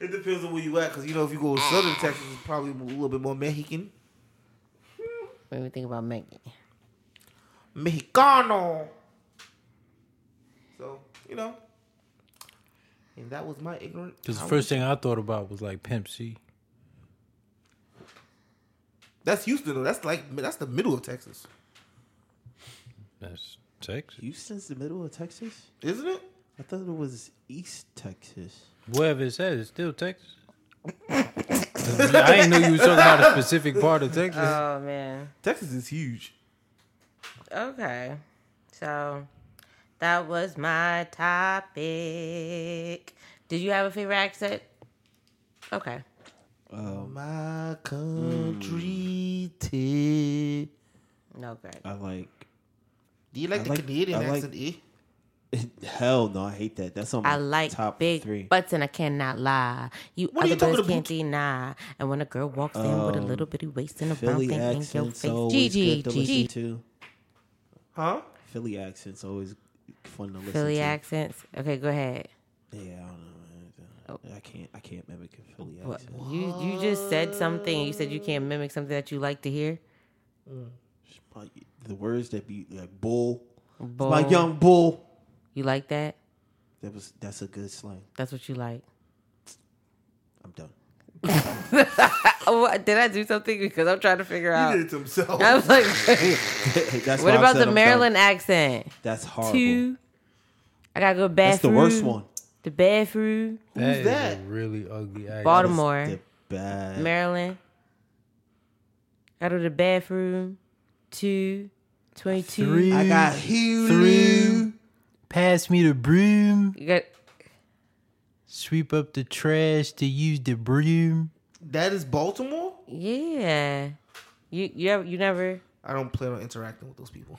It depends on where you at, because you know if you go to southern Texas, it's probably a little bit more Mexican.
When we think about Megan.
Mexicano. So you know, and that was my ignorant.
Because the
I
first thing I thought about was like Pimp C.
was- that's Houston though. That's like that's the middle of Texas,
That's Texas.
Houston's the middle of Texas?
isn't it?
I thought it was East Texas.
Whatever it says, it's still Texas. I didn't know you was talking about a specific part of Texas.
Oh man.
Texas is huge.
Okay. So that was my topic. Did you have a favorite accent? Okay.
Um,
My country
Hmm.
tea.
No, Greg.
I like. [laughs]
Do you like
I
the
like-
Canadian
I like-
accent? eh?
Hell no, I hate that. That's on my
I like
top
big
three.
butts and I cannot lie. You
What are
other
you talking
girls can't
about?
deny. And when a girl walks in with a little bitty waist and a brown
Um, Philly
thing in your
accents
face,
always
Gigi,
good to listen
Gigi.
to.
Huh?
Philly accents always fun to listen
Philly
to.
accents. Okay, go ahead.
Yeah, I don't know. Man. uh, I can't. I can't mimic a Philly
Oh. What?
accent.
You you just said something. You said you can't mimic something that you like to hear.
Like, the words that be like bull,
Bull.
my young bull.
You like that?
That was that's a good slang.
That's what you like.
I'm done. [laughs]
Oh, what- did I do something? Because I'm trying to figure
He
out.
did it to himself.
[laughs] I was like,
that's
what
why I
about
said
the
I'm done.
Maryland accent?
That's horrible.
Two. I gotta go bathroom.
that's the worst one.
The bathroom.
That is
that?
a really ugly accent.
Bottom-
That's
Baltimore.
the bad.
Maryland. Gotta go to the bathroom. Two. 22.
Three.
I got huge.
Through. Pass me the broom.
You got,
Sweep up the trash to use the broom.
that is Baltimore.
yeah. You, you, ever, you never.
I don't plan on interacting with those [laughs] people.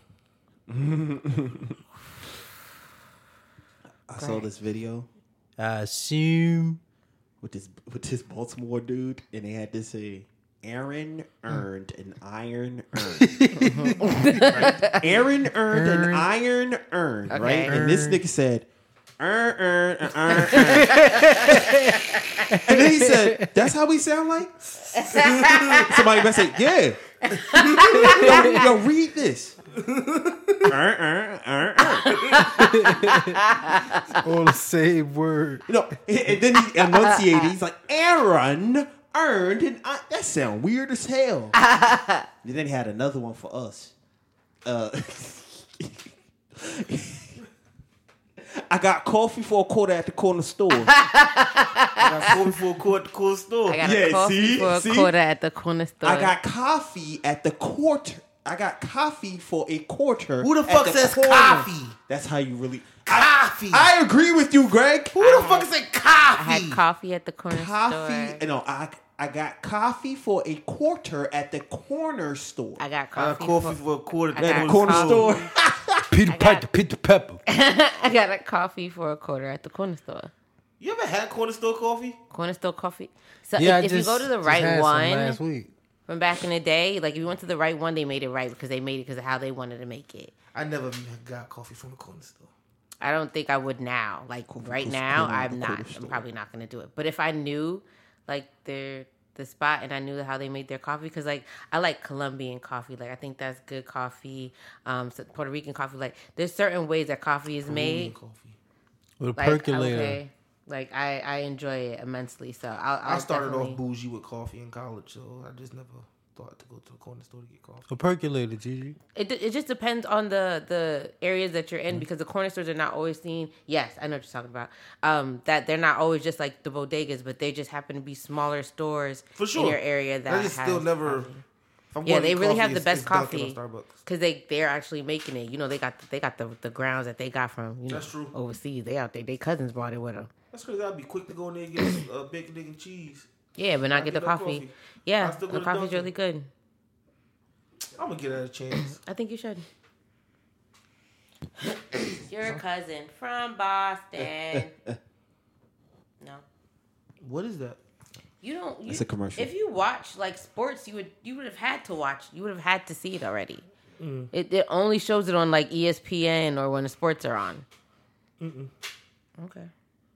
I saw this video
I assume.
with this with this Baltimore dude, and they had to say. Aaron earned an iron earned. Aaron earned an
Earned.
iron earned, right?
Okay.
And this nigga said, "Er, earn, earn, earn, earn, earn. er." [laughs] And then he said, that's how we sound like? [laughs] Somebody better say, yeah. [laughs] yo, yo, read this. [laughs] Er, Earn, earn, earn, earn.
All the same word.
No, and then he enunciated. He's like, Aaron earned, and I, that sound weird
[laughs]
as hell. and then he had another one for us. Uh, [laughs] I got coffee for a quarter at the
[laughs]
corner store.
I got sold before court the cool store.
I got a
Yeah,
coffee
see?
for a
See?
quarter at the corner store.
I got coffee at the quarter. I got coffee for a quarter.
Who the
at
fuck says
corner.
coffee?
That's how you really.
Coffee.
I agree with you, Greg.
Who the fuck said coffee?
I had coffee at the corner
coffee.
store.
No, I I got coffee for a quarter at the corner store.
I got
I
coffee.
got coffee
for,
for a quarter.
I
That
got
was
corner
cool.
store.
Peter Piper,
[laughs]
Peter Pepper.
[laughs] I got a coffee for a quarter at the corner store.
You ever had corner store coffee?
Corner store coffee. So
Yeah, I
if, if you
just-
go to the
just
right
had some
one
Last week.
from back in the day, like if you went to the right one, they made it right because they made it because of how they wanted to make it.
I never got coffee from the corner store.
I don't think I would now. Like right now,
story,
I'm
cool
not. I'm
story.
probably not gonna do it. But if I knew, like their the spot and I knew how they made their coffee, because like I like Colombian coffee. Like I think that's good coffee. Um, so Puerto Rican coffee. Like there's certain ways that coffee is made.
With a
Like
percolator.
okay, like I I enjoy it immensely. So I'll, I'll
I started
definitely-
off bougie with coffee in college, so I just never thought to go to the corner store to get coffee.
A percolator, Gigi.
It, it just depends on the the areas that you're
Mm-hmm.
in because the corner stores are not always seen. Yes, I know what you're talking about. Um, that they're not always just like the bodegas, but they just happen to be smaller stores
For sure,
in your area that
I just still
has
never.
coffee.
if I'm
Yeah,
going to
they
get
really have the
it's-
best
it's Dunkin' or
coffee.
Starbucks.
Cause they they're actually making it. You know they got they got the the grounds that they got from you know
That's true.
overseas. They out there. They cousins brought it with them.
That's crazy. I'd be quick to go in there and get some uh, bacon, egg, and cheese.
Yeah, but not
I
get the
get no
coffee.
coffee. I
Yeah,
still go
the
to
coffee's
Dunkin'.
really good.
I'm gonna get that a
[coughs]
chance.
I think you should. Your cousin from
[laughs]
Boston. no,
what is that?
you don't. You,
It's a commercial.
If you watch like sports, you would you would have had to watch. You would have had to see it already. It it only shows it on like E ESPN or when the sports are on. Okay,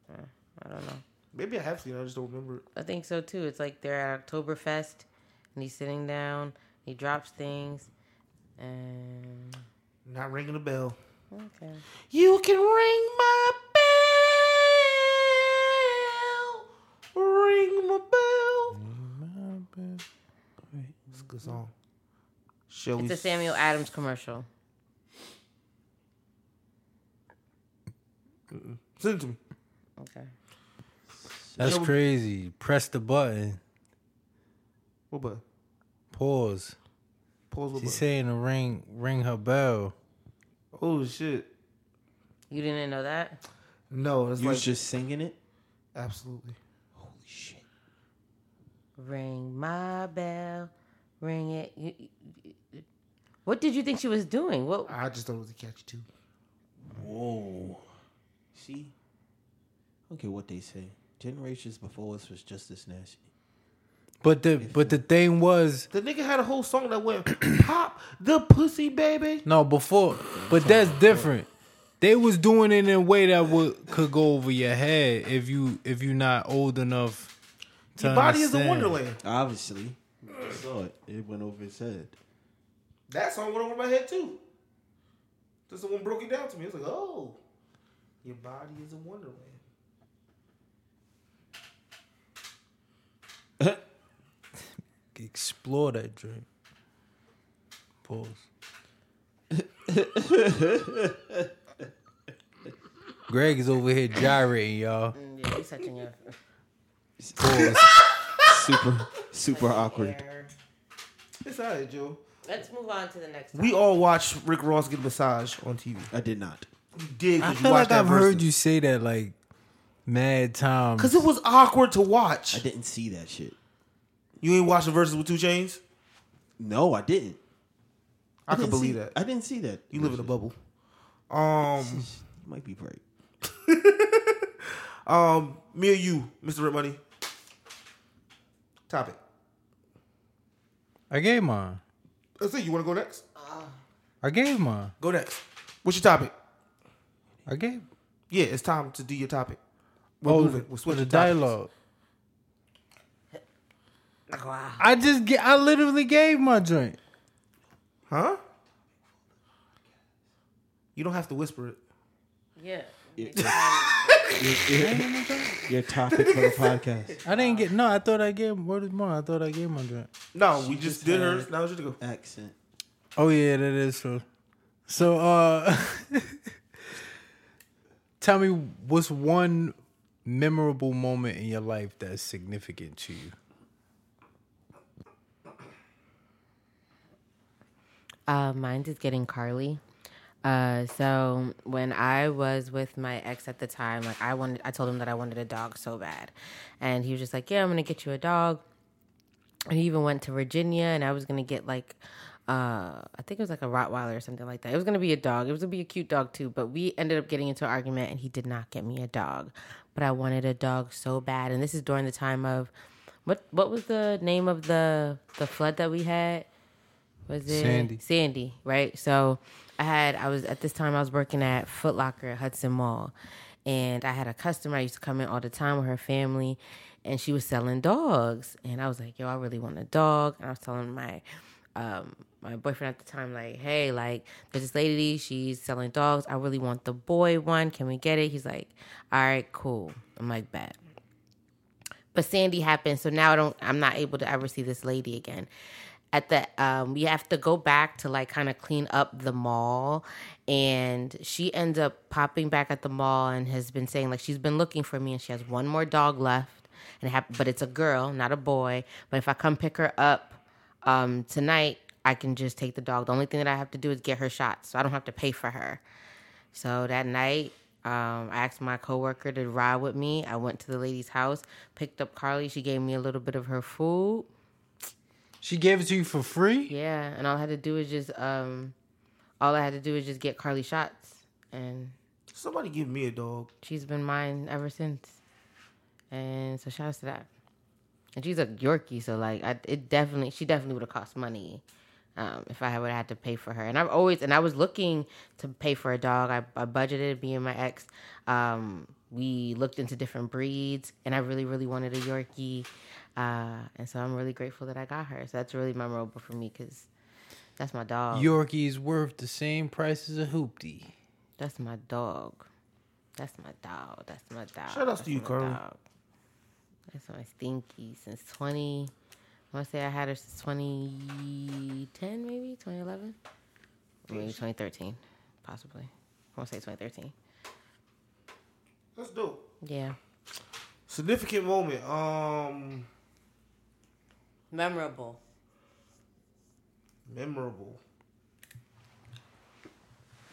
Uh, I don't know.
Maybe I have seen. it, I just don't remember it.
I think so too. It's like they're at Oktoberfest, and he's sitting down. He drops things, and
Not ringing the bell.
okay.
You can ring my bell. Ring my bell. It's a good song. Shall we?
It's a Samuel Adams commercial.
Send it to me.
Okay.
That's
Yeah, we-
crazy. Press the button.
What button?
Pause.
Pause what
She's
button?
saying to ring ring her bell.
Oh shit!
You didn't know that?
No, it's
You
like
was just singing it.
absolutely.
Holy shit!
Ring my bell, ring it. You, you- you- what did you think she was doing? What?
I just thought it was a catchy too.
Whoa. See. Okay, what they say. Generations before us was just as nasty.
But the but the thing was
The nigga had a whole song that went [clears throat] pop the pussy baby.
no before, but that's different. They was doing it in a way that would could go over your head if you if you're not old enough. To
Your body is a
understand.
wonderland.
Obviously, I saw it. It went over his head.
That song went over my head too. This one broke it down to me. It's like, oh, your body is a wonderland.
Explore that dream. [laughs] Pause. Greg is over here gyrating, [laughs] y'all.
Yeah, he's touching your
Pause.
[laughs]
super, super awkward.
hair.
It's alright, Joe.
Let's move on to the next.
We all watch Rick Ross get a massage on TV.
I did not.
You did.
I feel like I've heard you say that like mad times.
Cause it was awkward to
I
watch.
didn't see that shit.
You ain't watching verses with two chains.
No, I didn't.
I, could
didn't
believe
see-
that.
I didn't see that.
you live in a bubble. Um,
You might be right.
um, me or you, Mr. Rip Money. Topic.
I gave mine.
That's it. You want to go next?
I gave mine.
Go next. What's your topic?
I gave.
Yeah, it's time to do your topic. We're
Oh,
moving. We're
for the
switching
dialogue.
Wow.
I just get. I literally gave my drink.
Huh? You don't have to whisper it.
Yeah.
[laughs] Your topic for the [laughs] podcast.
I didn't get. No, I thought I gave. What is mine? I thought I gave my drink.
No, we just,
just
did
had-
hers. Now it's your go.
Accent.
Oh yeah, that is true. So, uh, [laughs] tell me what's one memorable moment in your life that's significant to you.
Uh, mine is getting Carly. Uh, so when I was with my ex at the time, like I wanted, I told him that I wanted a dog so bad, and he was just like, "Yeah, I'm gonna get you a dog." And he even went to Virginia, and I was gonna get like, uh, I think it was like a Rottweiler or something like that. It was gonna be a dog. It was gonna be a cute dog too. But we ended up getting into an argument, and he did not get me a dog, but I wanted a dog so bad. And this is during the time of, what what was the name of the the flood that we had? was it
Sandy.
Sandy, right? So I had I was at this time I was working at Foot Locker at Hudson Mall, and I had a customer I used to come in all the time with her family, and she was selling dogs, and I was like, yo, I really want a dog, and I was telling my um my boyfriend at the time like hey like there's this lady she's selling dogs i really want the boy one can we get it he's like all right cool i'm like bet but Sandy happened, so now I don't. I'm not able to ever see this lady again. At the, um, we have to go back to like kind of clean up the mall, and she ends up popping back at the mall and has been saying like she's been looking for me, and she has one more dog left, and it hap- but it's a girl, not a boy. But if I come pick her up um, tonight, I can just take the dog. The only thing that I have to do is get her shots, so I don't have to pay for her. So that night, um, I asked my coworker to ride with me. I went to the lady's house, picked up Carly. She gave me a little bit of her food.
She gave it to you for free.
Yeah, and all I had to do was just um, all I had to do was just get Carly shots, and
Somebody give me a dog.
she's been mine ever since. And so shout out to that. And she's a Yorkie, so like I, it definitely she definitely would have cost money. Um, if I would have had to pay for her, and I've always and I was looking to pay for a dog. I, I budgeted being my ex. Um, we looked into different breeds, and I really, really wanted a Yorkie, uh, and so I'm really grateful that I got her. So that's really memorable for me because that's my dog.
Yorkie's worth the same price as a hoopty.
That's my dog. That's my dog. That's my dog.
Shout outs
That's
to you,
my
Carly.
dog. That's my stinky since 20. I want to say I had her since 2010, maybe 2011, Or maybe 2013, possibly. I want to say 2013.
Let's do.
Yeah,
Significant moment. Um,
memorable.
memorable.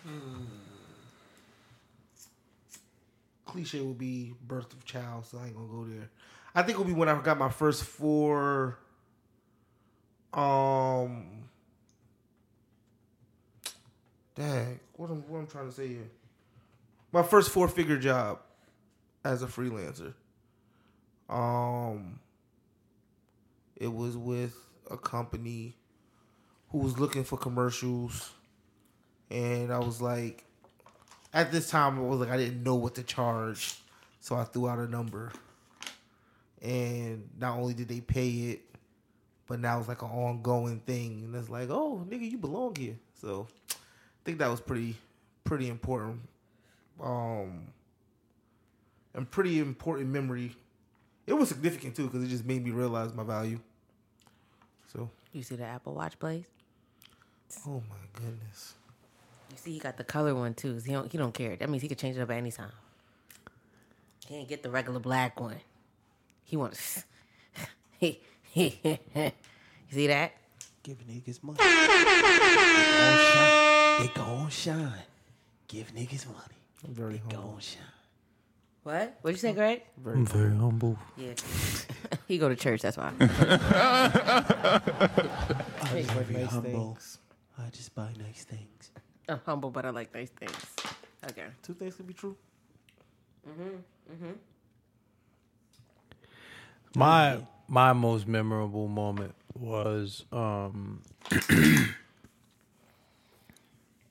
Hmm. Cliche will be birth of child, so I ain't gonna go there. I think it'll be when I got my first four. Um. Dang, what I'm what I'm trying to say here. My first four figure job as a freelancer. Um. It was with a company who was looking for commercials, and I was like, at this time, I was like, I didn't know what to charge, so I threw out a number, and not only did they pay it, but now it's like an ongoing thing, and it's like, oh, nigga, you belong here. So, I think that was pretty, pretty important, um, and pretty important memory. It was significant too because it just made me realize my value. So,
You see the Apple Watch Blaze?
oh my goodness.
You see he got the color one too. so He don't, he don't care. That means he could change it up at any time. He didn't get the regular black one. He wants. [laughs] you see that?
Give niggas money. They gon' shine. They gon' shine. Give niggas money.
I'm very
They
humble.
gon' shine.
What? What'd you say, Greg?
I'm very humble.
Yeah. [laughs] he go to church. That's [laughs] why.
I just
Like
be
nice
humble.
things.
I just buy nice things.
I'm humble, but I like nice things. Okay.
Two things can be true.
My my most memorable moment was um [clears throat]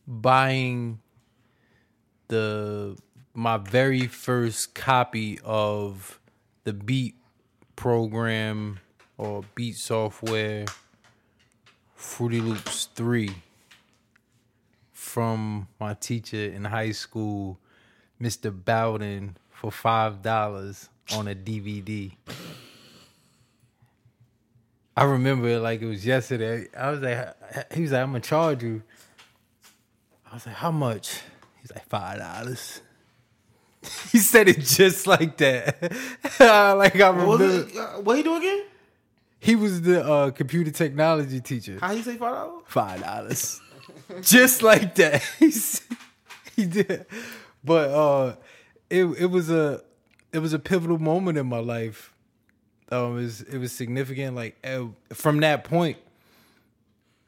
buying the my very first copy of the beat program or beat software Fruity Loops 3 from my teacher in high school Mr. Bowden for $5 on a DVD. I remember it like it was yesterday. I was like, he was like, I'm gonna charge you. I was like, how much? He's like, five dollars. [laughs] He said it just like that. [laughs] like I
What
remember,
was it? Uh, what he do again?
he was the uh, computer technology teacher.
How he say five dollars?
Five dollars, just like that. [laughs] He s- he did, but uh, it it was a it was a pivotal moment in my life. Um, it was it was significant. Like eh, from that point,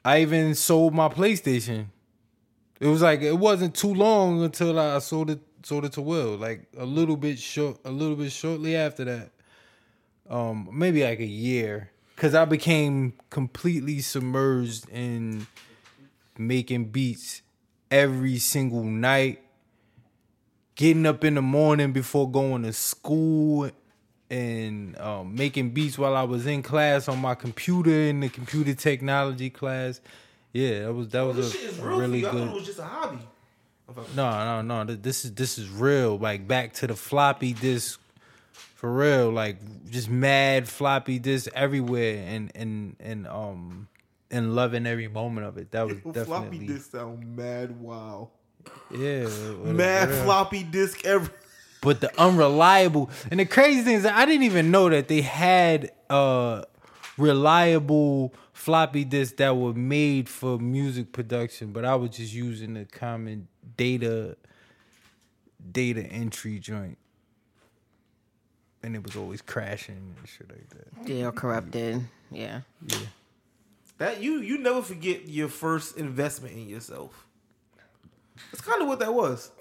I even sold my PlayStation. It was like it wasn't too long until I sold it sold it to Will. Like a little bit short, a little bit shortly after that. Um, maybe like a year because I became completely submerged in making beats every single night, getting up in the morning before going to school, and um, making beats while I was in class on my computer in the computer technology class. Yeah, that was that was
Oh, This shit
a,
is
a
real
really
for you. I thought it
good.
was just a hobby. I'm fucking-
No, no, no. th- This is this is real. Like back to the floppy disk, for real. Like just mad floppy disk everywhere, and and and um and loving every moment of it. That was
Floppy
definitely
disk sound mad wow.
yeah, it was
Mad
real.
floppy disk every.
But the unreliable and the crazy thing is, I didn't even know that they had uh reliable floppy disks that were made for music production. But I was just using the common data data entry joint. And it was always crashing and shit like that.
They're corrupted. Yeah.
That you you never forget your first investment in yourself. That's kind of what that was.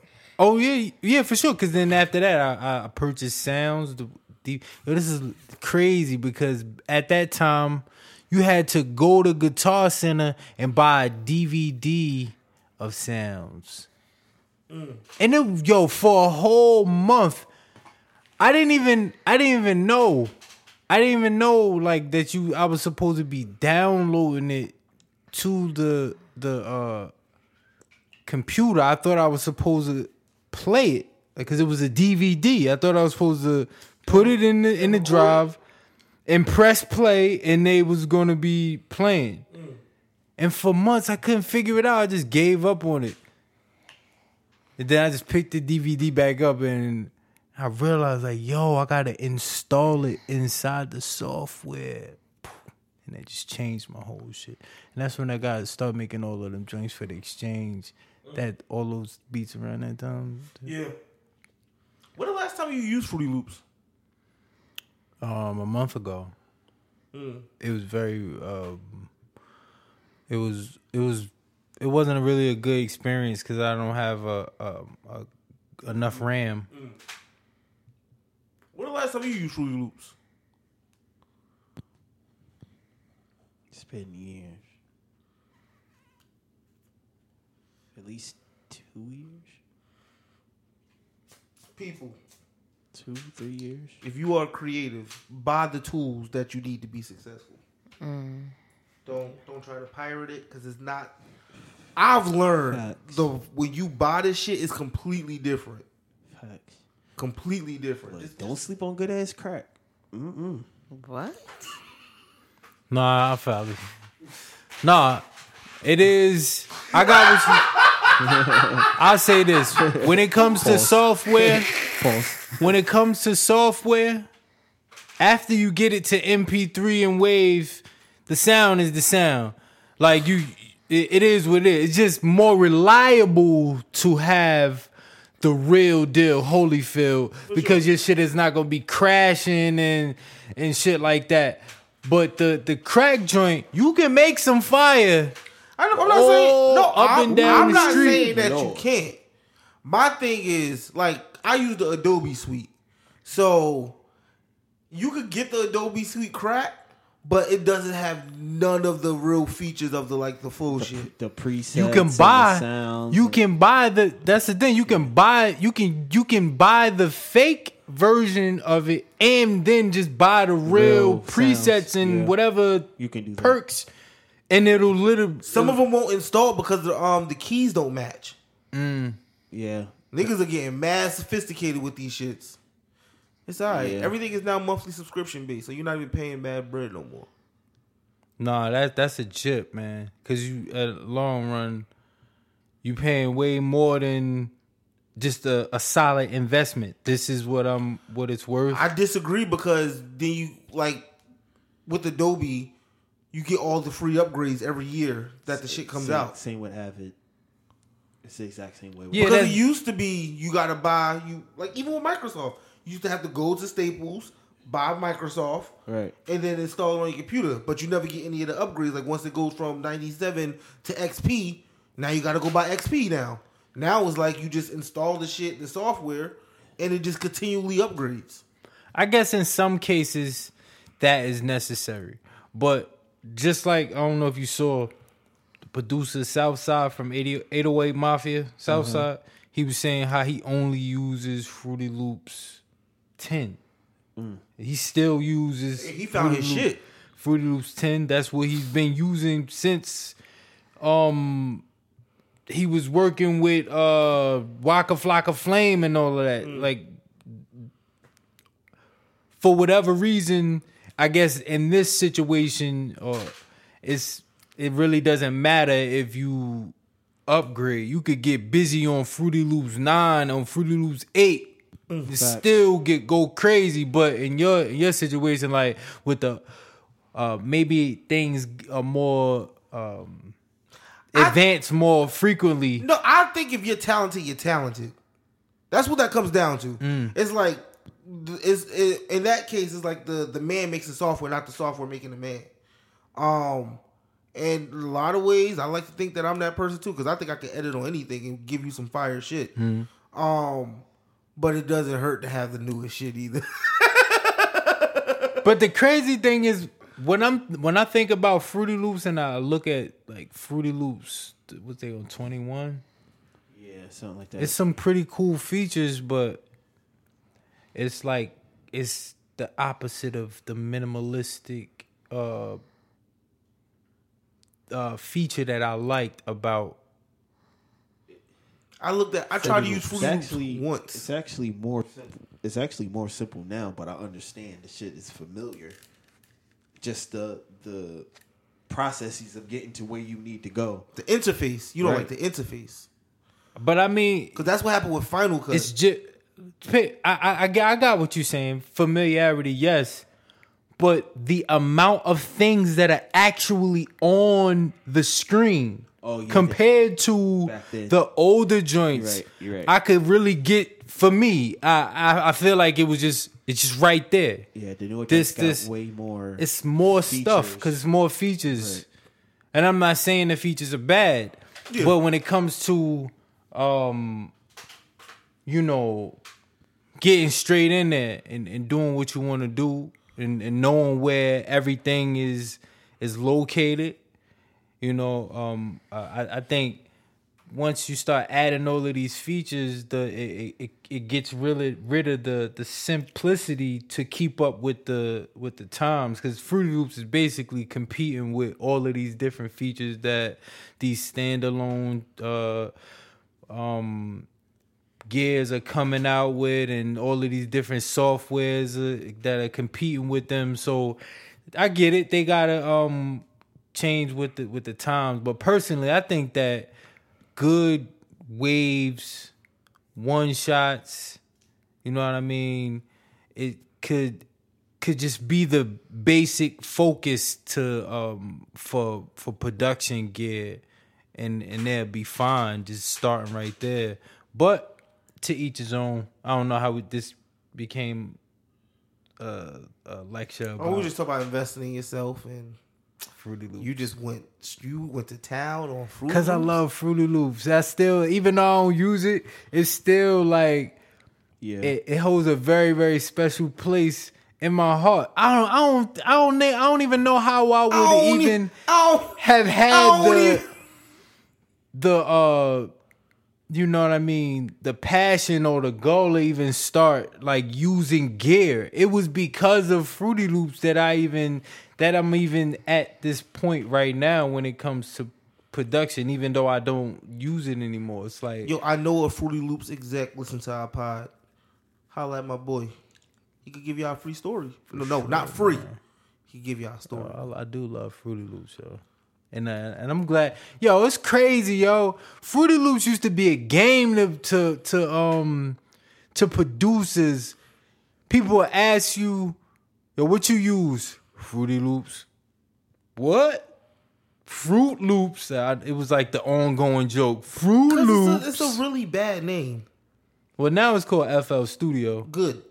Oh yeah, yeah for sure. Because then after that, I, I purchased sounds. The, the, yo, this is crazy because at that time, you had to go to Guitar Center and buy a DVD of sounds. And then yo, for a whole month, I didn't even I didn't even know. I didn't even know like that you I was supposed to be downloading it to the the uh computer. I thought I was supposed to play it because it was a DVD. I thought I was supposed to put it in the in the drive and press play, and they was gonna be playing. And for months, I couldn't figure it out. I just gave up on it. And then I just picked the DVD back up, and I realized like, yo, I gotta install it inside the software. And that just changed my whole shit. And that's when I got to start making all of them joints for the exchange. That all those beats around that time.
Yeah. When the last time you used Fruity Loops?
um a month ago. It was very um it was it was it wasn't really a good experience cuz I don't have a, a, a enough RAM.
When the last time you used Fruity Loops?
It's been years. At least two years?
People,
Two, three years?
if you are creative, buy the tools that you need to be successful. Don't don't try to pirate it because it's not. I've learned
Facts.
the when you buy this shit, it's completely different.
Facts.
Completely different.
But
Just-
don't sleep on good ass crack. Mm-mm.
What?
Nah, I felt it. [laughs] Nah, it is. I got what you. [laughs] I'll say this: when it comes to
Pause.
software,
False.
when it comes to software, after you get it to MP3 and Wave, the sound is the sound. Like you, it, it is what it is. It's just more reliable to have the real deal, Holyfield, because your shit is not gonna be crashing and and shit like that. But the the crack joint, you can make some fire.
I know, I'm not saying no.
All up
I'm,
and down
I'm
the
not
street.
saying that you
Lord.
can't. My thing is like I use the Adobe Suite, so you could get the Adobe Suite crack, but it doesn't have none of the real features of the like the full shit.
The presets.
you can
and the
buy
sounds
you
and-
can buy the that's the thing you can buy you can you can buy the fake version of it and then just buy the real,
Real
presets
sounds,
and
yeah.
whatever
You can do that.
perks and it'll literally
Some of them won't install because the um the keys don't match.
Yeah.
Niggas are getting mad sophisticated with these shits. It's alright.
Yeah.
Everything is now monthly subscription based, so you're not even paying bad bread no more.
nah that that's a chip man because you at long run you paying way more than just a, a solid investment this is what i'm what it's worth
I disagree because then you like with Adobe, you get all the free upgrades every year that the shit comes
same,
out.
Same with Avid. It's the exact same way. with-
Yeah,
because it
that's-
used to be you gotta buy you like even with Microsoft, you used to have to go to Staples, buy Microsoft,
Right.
and then install it on your computer. But you never get any of the upgrades. Like once it goes from ninety seven to XP, now you gotta go buy XP now. Now it's like you just install the shit, the software, and it just continually upgrades.
I guess in some cases that is necessary. But just like I don't know if you saw the producer Southside from 80 808 Mafia Southside, he was saying how he only uses Fruity Loops 10. He still uses
He found his
Fruity Loop-
shit.
Fruity Loops 10. That's what he's been using since um he was working with uh Waka Flocka Flame and all of that. Like for whatever reason, I guess in this situation or it's it really doesn't matter if you upgrade. You could get busy on Fruity Loops 9 on Fruity Loops 8 and still get go crazy, but in your in your situation like with the uh maybe things are more um advance more frequently.
No, I think if you're talented, you're talented. That's what that comes down to.
Mm.
It's like it's it, in that case, it's like the the man makes the software, not the software making the man. Um, and in a lot of ways, I like to think that I'm that person too because I think I can edit on anything and give you some fire shit.
Mm.
Um, but it doesn't hurt to have the newest shit either. [laughs]
But the crazy thing is when I'm when I think about Fruity Loops and I look at like Fruity Loops, th- what they on twenty one?
Yeah, something like that.
It's some pretty cool features, but it's like it's the opposite of the minimalistic uh uh feature that I liked about
I looked at, I tried to use
It's
Fruity Loops once.
It's actually more. simple. It's actually more simple now, but I understand the shit is familiar. Just the the processes of getting to where you need to go.
The interface, you don't like
Right.
the interface
but I mean
because that's what happened with Final Cut.
It's just I, I I got- I got what you're saying. Familiarity, yes, but the amount of things that are actually on the screen
Oh, yeah.
compared to
Back then.
the older joints,
right, you're right.
I could really get for me. I, I I feel like it was just it's just right there.
Yeah, the new this,
This-
got
this-
way more.
It's more stuff 'cause stuff
Features.
because it's more features. And I'm not saying the features are bad, but when it comes to, um, you know, getting straight in there and, and doing what you want to do and, and knowing where everything is is located, you know, um, I, I- I think once you start adding all of these features, the it, it, it gets really rid of the the simplicity to keep up with the with the times because Fruity Loops is basically competing with all of these different features that these standalone uh, um, gears are coming out with and all of these different softwares uh, that are competing with them. So I get it; they gotta um, change with the with the times. But personally, I think that good waves, one shots, you know what I mean? It could could just be the basic focus to um for for production gear and and they'll be fine just starting right there. But to each his own. I don't know how it, this became uh, a lecture about
Oh, we were just talking about investing in yourself, and
Fruity Loops.
you just went you went to town on fruit.
Cause I love Fruity Loops. I still, even though I don't use it, it's still like
yeah,
it, it holds a very very special place in my heart. I don't I don't I don't na- I don't even know how I would
don't
even
e- I don't-
have
I
had
don't
the
e-
the uh you know what I mean the passion or the goal to even start like using gear. It was because of Fruity Loops that I even that I'm even at this point right now when it comes to production even though I don't use it anymore. It's like
Yo, I know a Fruity Loops exec. Listen to our pod. Holla at my boy. He could give y'all a free story. No, no, not free. He could give y'all a story.
I, I do love Fruity Loops, yo. And uh, and I'm glad, yo. It's crazy, yo. Fruity Loops used to be a game to to, to um to producers. People would ask you, yo, what you use? Fruity Loops. What? Fruit Loops. I, it was like the ongoing joke. Fruit
'Cause
Loops.
It's, a, it's a really bad name.
well, now it's called FL Studio.
Good.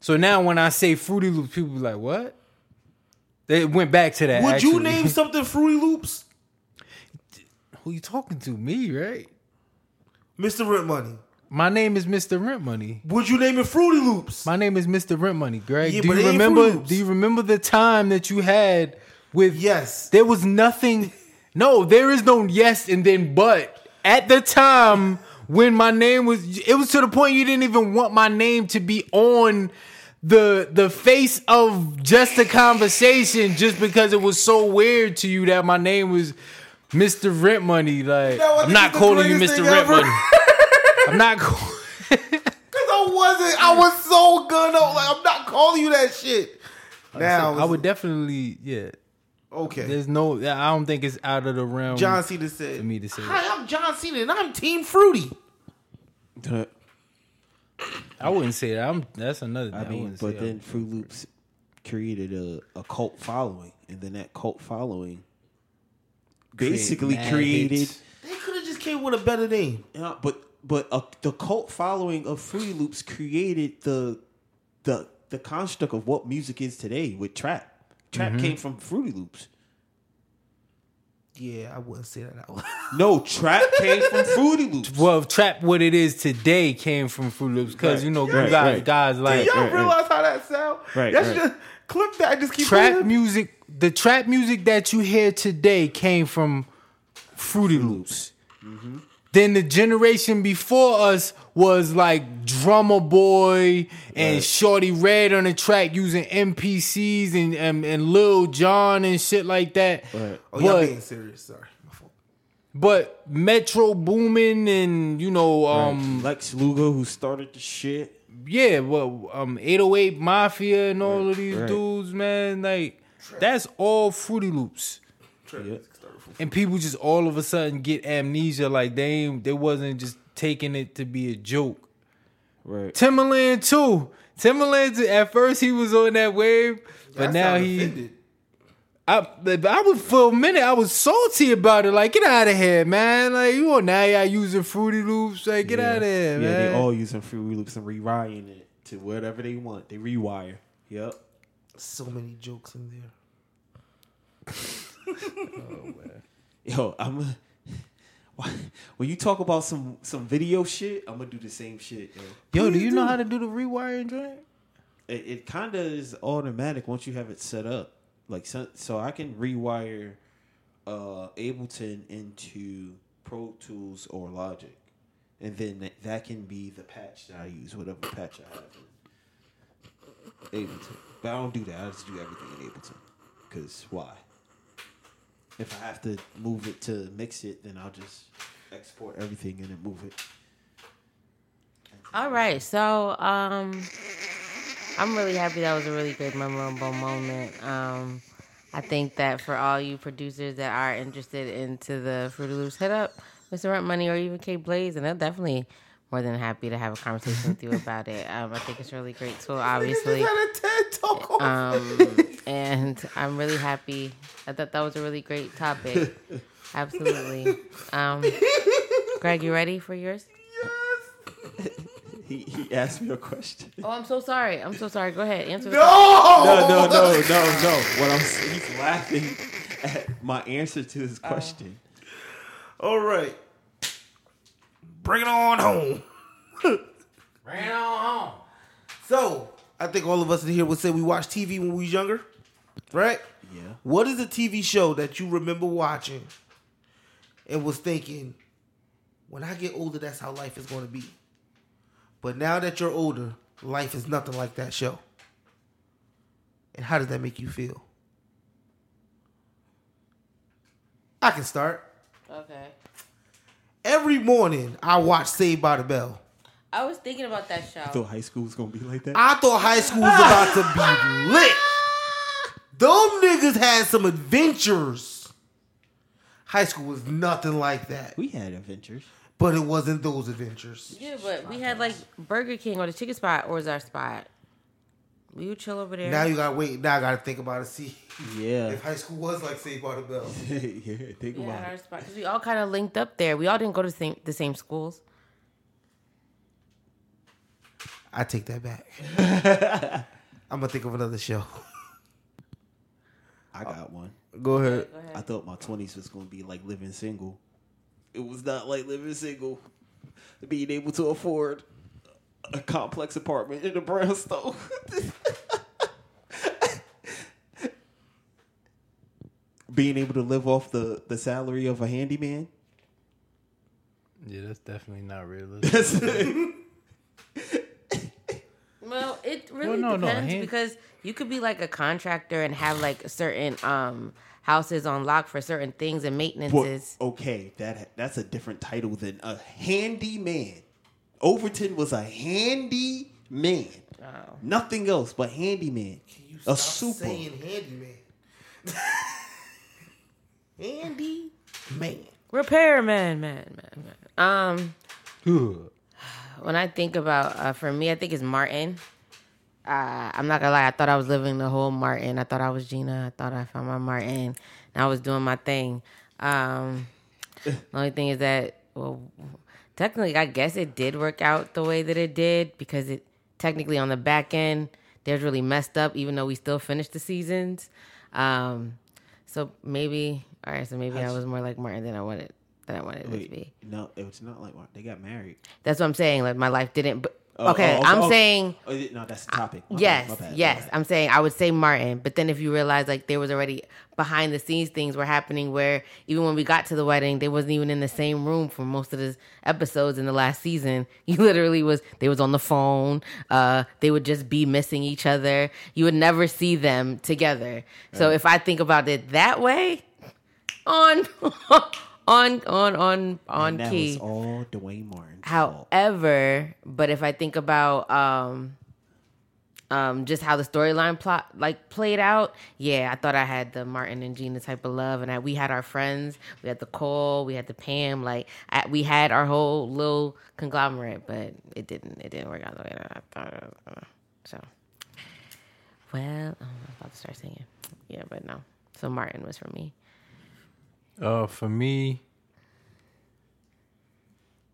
So now when I say Fruity Loops, people be like, what? They went back to that.
Would you
actually.
name something Fruity Loops?
Who you talking to? Me, right?
Mr. Rent Money.
My name is Mr. Rent Money.
Would you name it Fruity Loops?
My name is Mr. Rent Money, Greg.
Yeah,
do
but it
you
ain't Froot
remember?
Loops.
Do you remember the time that you had with?
Yes.
There was nothing. No, there is no yes and then but. At the time when my name was, it was to the point you didn't even want my name to be on the the face of just a conversation, just because it was so weird to you that my name was Mr. Rent Money. Like
know what?
I'm
This
not
is the
calling you
greatest
Mr.
thing
Rent
ever.
Money. I'm not. [laughs] Call-
Cause I wasn't. I was so good. I was like, I'm not calling you that shit. Now
I would definitely, yeah.
Okay.
There's no. I don't think it's out of the realm.
John Cena said.
me to say
Hi, I'm John Cena, and I'm Team Fruity.
I wouldn't say that. I'm, that's another. Thing.
I
I,
mean,
wouldn't say
but
that.
then Fruit Loops created a, a cult following, and then that cult following basically
mad
created.
hits.
They could have just came with a better name.
Yeah, but but uh, the cult following of Fruity Loops created the the the construct of what music is today with trap. Trap came from Fruity Loops.
Yeah, I wouldn't say that [laughs] out loud.
No, trap came [laughs] from Fruity Loops.
Well, trap what it is today came from Fruit Loops because you know you
right,
got
right.
guys like
Y'all all
right.
realize how that sound?
Right,
That's
right.
just clip that. Just keep
trap
playing.
music. The trap music that you hear today came from Fruity Loops.
Mm-hmm.
Then the generation before us was like Drummer Boy and Shorty Red on the track using MPCs and, and, and Lil John and shit like that.
Oh, y'all
But-
being serious? Sorry, my fault.
But Metro Boomin and you know, um,
Lex Lugo, who started the shit.
yeah, well, um, 808 Mafia and all of these
right.
dudes, man, like that's all Fruity Loops,
Trap music started from-
and people just all of a sudden get amnesia, like they ain't, they wasn't just taking it to be a joke.
Right.
Timberland too. Timberland too, at first he was on that wave, but
I
now
sound
he.
offended.
I, but I was for a minute I was salty about it. Like, get out of here, man. Like you on now y'all using Fruity Loops. Like, get out of here,
yeah,
man.
they all using Fruity Loops and rewiring it to whatever they want. They rewire. Yep.
So many jokes in there.
Yo, I'm. A, [laughs] when you talk about some some video shit, I'm gonna do the same shit. Yo,
Yo, do you know how to do the rewiring joint?
it, it kind of is automatic once you have it set up. Like so, so I can rewire uh Ableton into Pro Tools or Logic, and then that, that can be the patch that I use, whatever patch I have in Ableton. But I don't do that. I just do everything in Ableton. Cause why? If I have to move it to mix it, then I'll just export everything and then move it.
All right, so um, I'm really happy that was a really good memorable moment. Um, I think that for all you producers that are interested into the Fruity Loops, hit up Mr. Rent Money or even K Blaze, and they're definitely more than happy to have a
[laughs]
conversation with you about it. Um, I think it's a really great tool, obviously.
had a TED talk. on-
Um, and I'm really happy. I thought that was a really
[laughs]
great topic. Absolutely. Um, Greg, you ready for yours?
He he asked me a question.
Oh, I'm so sorry. I'm so sorry. Go ahead. Answer the question.
no, [laughs]
no, no, no, no, no. What I'm s- he's laughing at my answer to his question.
All right, bring it on home. [laughs]
Ran on home.
So I think all of us in here would say we watched TV when we was younger, right?
yeah.
What is a TV show that you remember watching and was thinking, when I get older, that's how life is going to be? But now that you're older, life is nothing like that show. And how does that make you feel? I can start.
Okay.
Every morning, I watch Saved by the Bell.
I was thinking about that
I thought
show.
high school was gonna be like that.
I thought high school was about to be lit. Those niggas had some adventures. High school was nothing like that,
we had adventures.
but it wasn't those adventures.
Yeah, but we had like Burger King or the chicken spot or was our spot. We would chill over there.
Now you gotta wait. Now I gotta think about it. See
Yeah.
if high school was like Saved by the Bell.
[laughs] yeah. Think
we had
about
our
it.
spot because we all kind of linked up there. We all didn't go to the same, the same schools.
I take that back. I'm gonna think of another show.
[laughs] I got one.
Go ahead.
Go
I
ahead.
thought my twenties was gonna be like living single. It was not like living single. being able to afford a complex apartment in a brownstone. [laughs] being able to live off the, the salary of a handyman.
Yeah, that's definitely not realistic.
Well, it really
no, no,
depends
hand-
because you could be like a contractor and have like certain um houses on lock for certain things and
Well,
maintenances.
okay, that that's a different title than a handyman. Overton was a handy man.
Oh.
Nothing else but handyman.
You
A
stop
super.
saying handyman. Handy man.
Repairman, man, man, man. Um,
Ugh.
when I think about uh, for me, I think it's Martin. Uh, I'm not gonna lie. I thought I was living the whole Martin. I thought I was Gina. I thought I found my Martin, and I was doing my thing. Um, the only thing is that, well, technically, I guess it did work out the way that it did because it technically on the back end, they're really messed up. Even though we still finished the seasons, um, so maybe all right. So maybe I was more like Martin than I wanted than I wanted it to be.
No, it was not like one. They got married.
That's what I'm saying. Like my life didn't. But,
Oh,
okay,
oh,
I'm
oh,
saying
oh, yeah, no, that's the topic. My bad,
yes,
my bad, my
yes.
bad.
I'm saying I would say Martin, but then if you realize like there was already behind the scenes things were happening where even when we got to the wedding, they wasn't even in the same room for most of the episodes in the last season. [laughs] You literally was they was on the phone. Uh, they would just be missing each other. You would never see them together. So if I think about it that way, on [laughs] on on on on
And that
key.
was all Dwayne Martin.
However, but if I think about um um just how the storyline plot like played out, yeah, I thought I had the Martin and Gina type of love and I, we had our friends, we had the Cole, we had the Pam, like I, we had our whole little conglomerate, but it didn't it didn't work out the way that I thought. It was. uh, So well, oh, I'm about to start singing. Yeah, but no. So Martin was for me.
Uh, for me,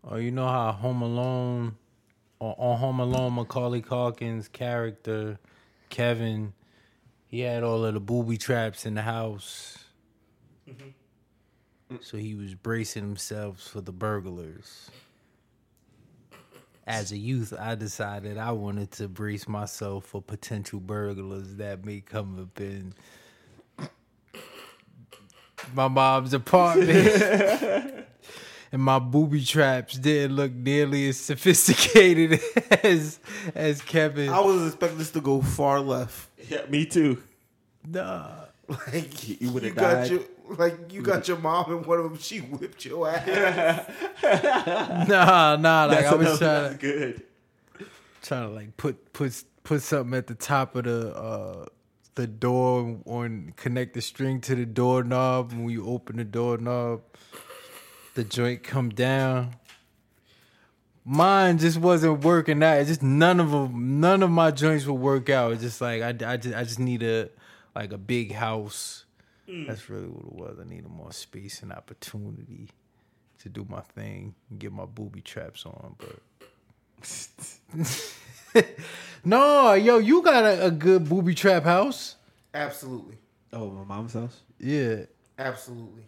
oh, you know how Home Alone, on, on Home Alone, Macaulay Calkins' character, Kevin, he had all of the booby traps in the house. So he was bracing himself for the burglars. As a youth, I decided I wanted to brace myself for potential burglars that may come up in my mom's apartment. and my booby traps didn't look nearly as sophisticated [laughs] as as Kevin.
I was expecting this to go far left.
Yeah, me too.
Nah.
Like you,
would've
got
died. [laughs]
your like you got your mom and one of them she whipped your ass.
[laughs] Nah, nah. Like I
another-
was trying to,
good.
trying to like put put put something at the top of the uh the door on connect the string to the doorknob and when you open the doorknob the joint come down. Mine just wasn't working out. It's just none of them, none of my joints would work out. It's just like I, I just, I just need a like a big house. That's really what it was. I needed more space and opportunity to do my thing and get my booby traps on. But no, yo, you got a, a good booby trap house.
Absolutely,
Oh, my mom's house.
Yeah,
absolutely.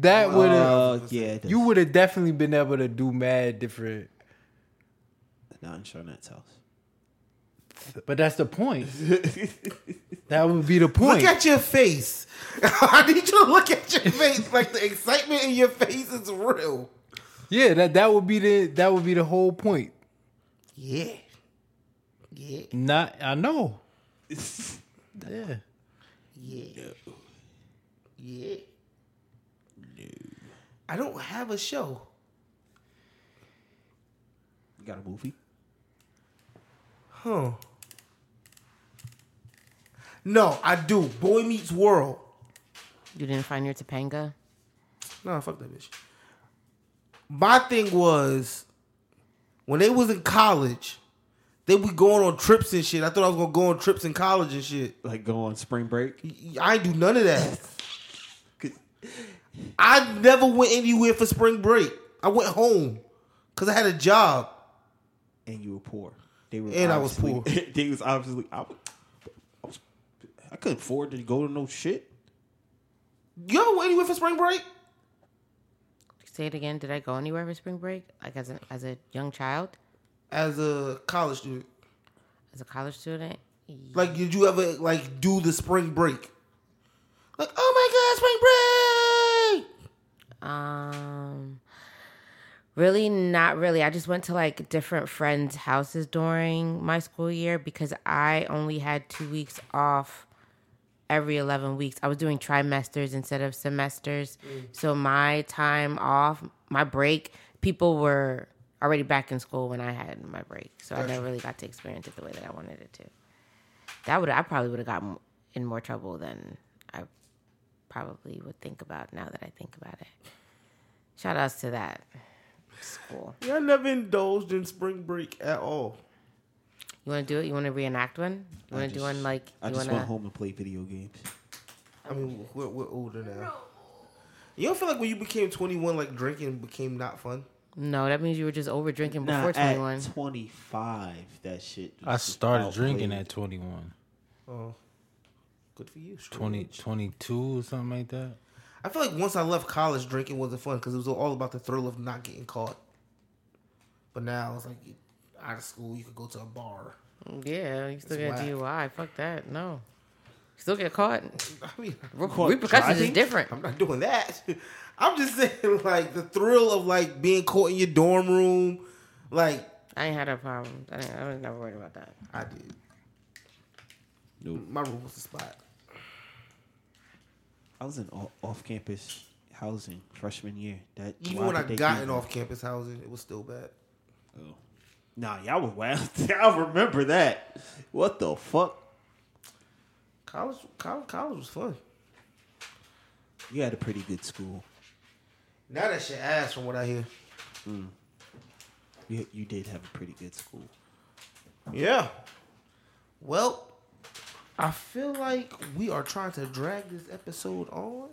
that
Oh,
would have
Uh, yeah, it
you
does.
would have definitely been able to do mad different.
not in Charnette's house.
But that's
[laughs]
the point. that would be the point.
Look at your face. [laughs] I need you to look at your face. Like the excitement in your face is real.
yeah, that that would be the that would be the whole point.
Yeah, yeah,
Not
[laughs]
I know. yeah.
yeah, yeah. No. I don't have a show.
You got a movie?
Huh. No, I do. Boy Meets World.
You didn't find your Topanga?
No, fuck that bitch. My thing was when they was in college, they be going on trips and shit. I thought I was gonna go on trips in college and shit.
Like go on spring break?
I ain't do none of that. I never went anywhere for spring break. I went home because I had a job.
and you were poor. They were
And I was
obviously- [laughs] they was obviously I was, I was I couldn't afford to go to no shit.
You ever went anywhere for spring break?
Say it again. Did I go anywhere for spring break? Like as a as a young child,
as a college student?
as a college student?
Like, did you ever like do the spring break? Like, oh my god, spring break!
Um, really, not really. I just went to like different friends' houses during my school year because I only had two weeks off every 11 weeks. I was doing trimesters instead of semesters. So my time off, my break, people were already back in school when I had my break. So I never really got to experience it the way that I wanted it to. That would I probably would have gotten in more trouble than I probably would think about now that I think about it. Shout outs to that school.
Yeah, I never indulged in spring break at all.
You want to do it? You want to reenact one? You want to do
just-
one like
I
you
just
want
went
to?
home and played video games.
I mean, we're, we're older now. You don't feel like when you became 21, like drinking became not fun?
No, that means you were just over drinking before
nah,
twenty one.
at 25, that shit.
I
was just
started drinking
outplayed.
at 21,
Oh, good for you. straight
20,
edge.
22 or something like that.
I feel like once I left college, drinking wasn't fun because it was all about the thrill of not getting caught. But now it's like you- out of school, you could go to a bar. [laughs]
Yeah, you still
It's
get
whack.
DUI. Fuck that. No, still get caught.
I mean,
Re- repercussions is
driving?
different.
I'm not doing that. [laughs] I'm just saying, [laughs] like the thrill of like being caught in your dorm room. Like
I ain't had a problem. I, didn't, I was never worried about that.
I did.
Nope.
My room was the spot.
I was in off campus housing freshman year. That
Even
why
when I
did they
got
do
in
that?
off campus housing, it was still bad.
Oh. Nah, y'all were wild. [laughs] I remember that. What the fuck?
College, college, college was fun.
You had a pretty good school.
Now that shit ass from what I hear.
You, you did have a pretty good school.
Yeah. Well, I feel like we are trying to drag this episode on.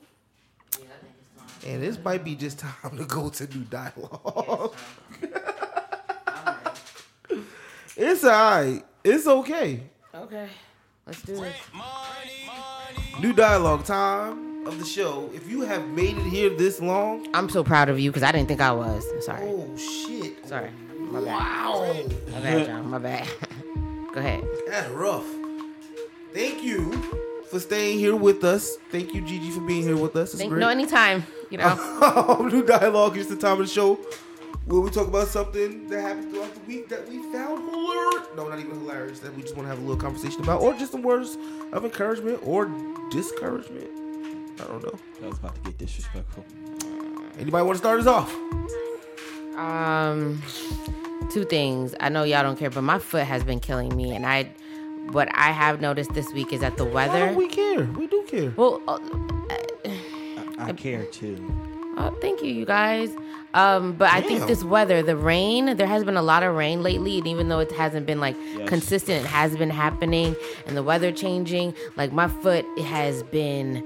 And this might be just time to go to new dialogue. [laughs] it's alright. It's okay.
Okay, let's do this.
New dialogue time of the show. If you have made it here this long,
I'm so proud of you because I didn't think I was. Sorry,
oh shit.
sorry. My bad.
Wow.
My bad, John. My bad. [laughs] Go ahead.
That's rough. Thank you for staying here with us. Thank you, Gigi, for being here with us. It's
Think,
great.
no, anytime. You
Oh.
[laughs]
know.
New dialogue is the time of the show where we talk about something that happened throughout the week that we found hilarious. No, not even hilarious. That we just want to have a little conversation about, or just some words of encouragement or discouragement. I don't know.
I was about to get disrespectful.
Anybody want to start us off?
Um, two things. I know y'all don't care, but my foot has been killing me, and I. What I have noticed this week is that the
Why
weather.
don't we care? We do care.
well, uh,
I, I care too.
oh, thank you, you guys. Um, but I think
Damn.
this weather, the rain, there has been a lot of rain lately, and even though it hasn't been like consistent, it has been happening, and the weather changing. Like my foot has been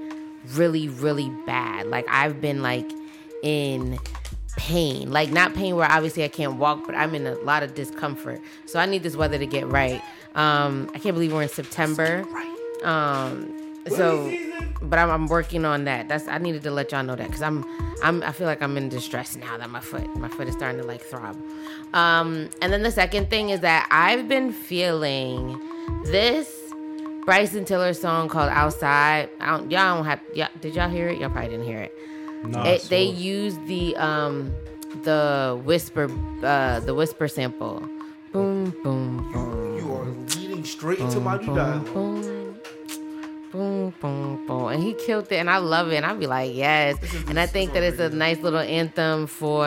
really, really bad. Like I've been like in pain. Like not pain where obviously I can't walk, but I'm in a lot of discomfort. So I need this weather to get right. Um, I can't believe we're in September. Um, so, but I'm, I'm working on that. That's I needed to let y'all know that because I'm I'm I feel like I'm in distress now that my foot my foot is starting to like throb. Um, and then the second thing is that I've been feeling this Bryson Tiller song called Outside. I don't, y'all don't have. Y'all, did y'all hear it? Y'all probably didn't hear it.
No,
It- they used the um the whisper uh the whisper sample. Boom boom boom
You are leading straight into my
uh-huh.
new dialogue.
boom boom boom boom and he killed it and I love it and I'd be like yes and I think that it's a nice little anthem for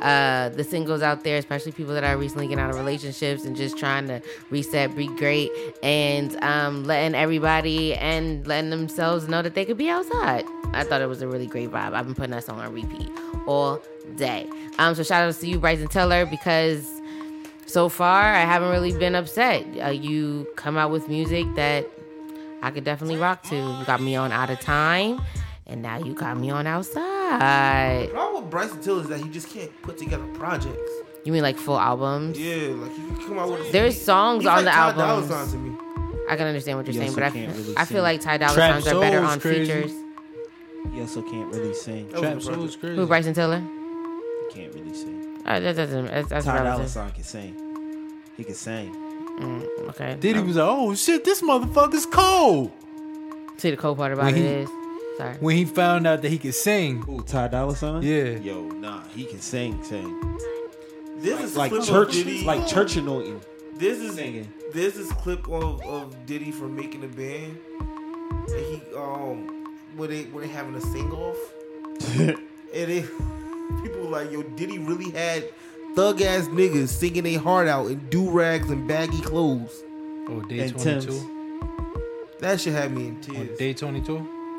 uh the singles out there especially people that are recently getting out of relationships and just trying to reset be great and um letting everybody and letting themselves know that they could be outside I thought it was a really great vibe I've been putting that song on repeat all day um so shout out to you Bryson Teller because so far i haven't really been upset uh, you come out with music that i could definitely rock to you got me on out of time and now you got me on outside
The problem with Bryson Tiller is that he just can't put together projects.
you mean like full albums
Yeah, like he can come out with. A
There's songs
He's like
on the
Ty Dolla
albums.
Sign to me.
i can understand what you're
You
saying
also
but I,
can't really
I feel
sing.
like ty dolla
Trap
signs are better
Soul's
on
crazy.
features
You also can't really sing.
That was
Trap
a project.
Soul's crazy.
who bryson tiller
can't really sing.
Uh, that doesn't. That's, that's
Ty Dolla
relative.
Sign can sing. He can sing.
Mm, okay.
Diddy was like, oh shit, this motherfucker's cold.
See the cool part about
When
it
he-
is. Sorry.
When he found out that he could sing,
Ooh, Ty Dolla Sign.
Yeah.
Yo, nah, he can sing, sing.
This is
Like
clip
church,
of Diddy.
like church anointing.
This is
Singing.
this is clip of, of Diddy from making the band. And he um were they were they having a sing off? and it people were like yo Diddy really had thug ass niggas singing their heart out in do rags and baggy clothes.
oh day
And
twenty
Tim's.
two,
That shit had me in
on
tears.
day twenty two,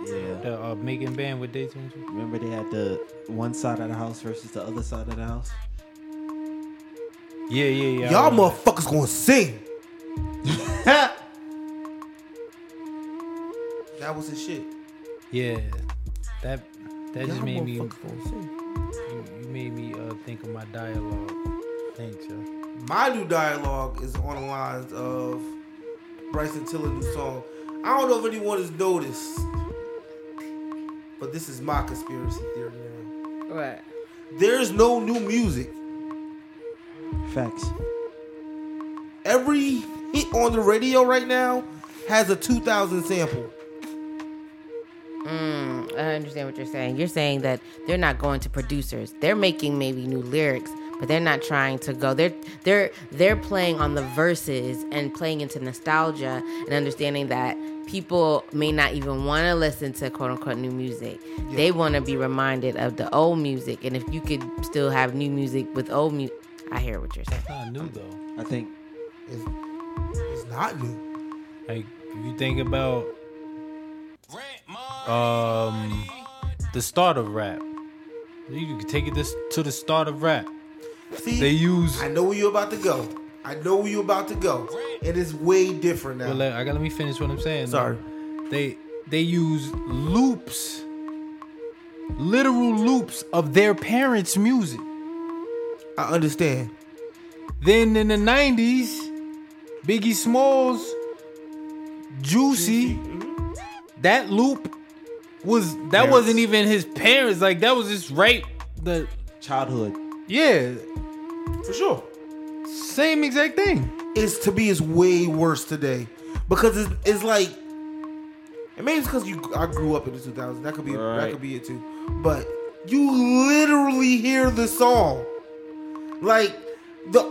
Yeah.
the uh, making band with day twenty two.
Remember they had the one side of the house versus the other side of the house.
Yeah, yeah, yeah.
Y'all motherfuckers gonna sing.
[laughs]
that was his shit.
Yeah, that that
Y'all
just made me. You,
motherfuckers gonna sing.
you made me uh, think of my dialogue. Thanks, yo.
My new dialogue is on the lines of Bryson Tiller new song. I don't know if anyone has noticed, but this is my conspiracy theory now.
What?
There's no new music.
Facts.
Every hit on the radio right now has a 2000 sample.
Mm, I understand what you're saying. You're saying that they're not going to producers. They're making maybe new lyrics, but they're not trying to go. They're they're they're playing on the verses and playing into nostalgia and understanding that people may not even want to listen to quote unquote new music. They want to be reminded of the old music. And if you could still have new music with old music, I hear what you're saying.
Kind of new though.
I think
It's, it's not new.
Like if you think about um the start of rap, you can take it this to the start of rap.
See,
They use.
I know where you're about to go. I know where you're about to go. And it's way different now.
Well, let, I gotta let me finish what I'm saying.
Sorry.
They they use loops, literal loops of their parents' music.
I understand.
Then in the '90s, Biggie Smalls, Juicy, that loop was that wasn't even his parents. Like that was just right. The
childhood.
yeah,
For sure.
same exact thing.
It's to me is way worse today. Because it's, it's like and maybe it's because you I grew up in the 2000s. That could be that
Right.
could be it too. But you literally hear the song. Like the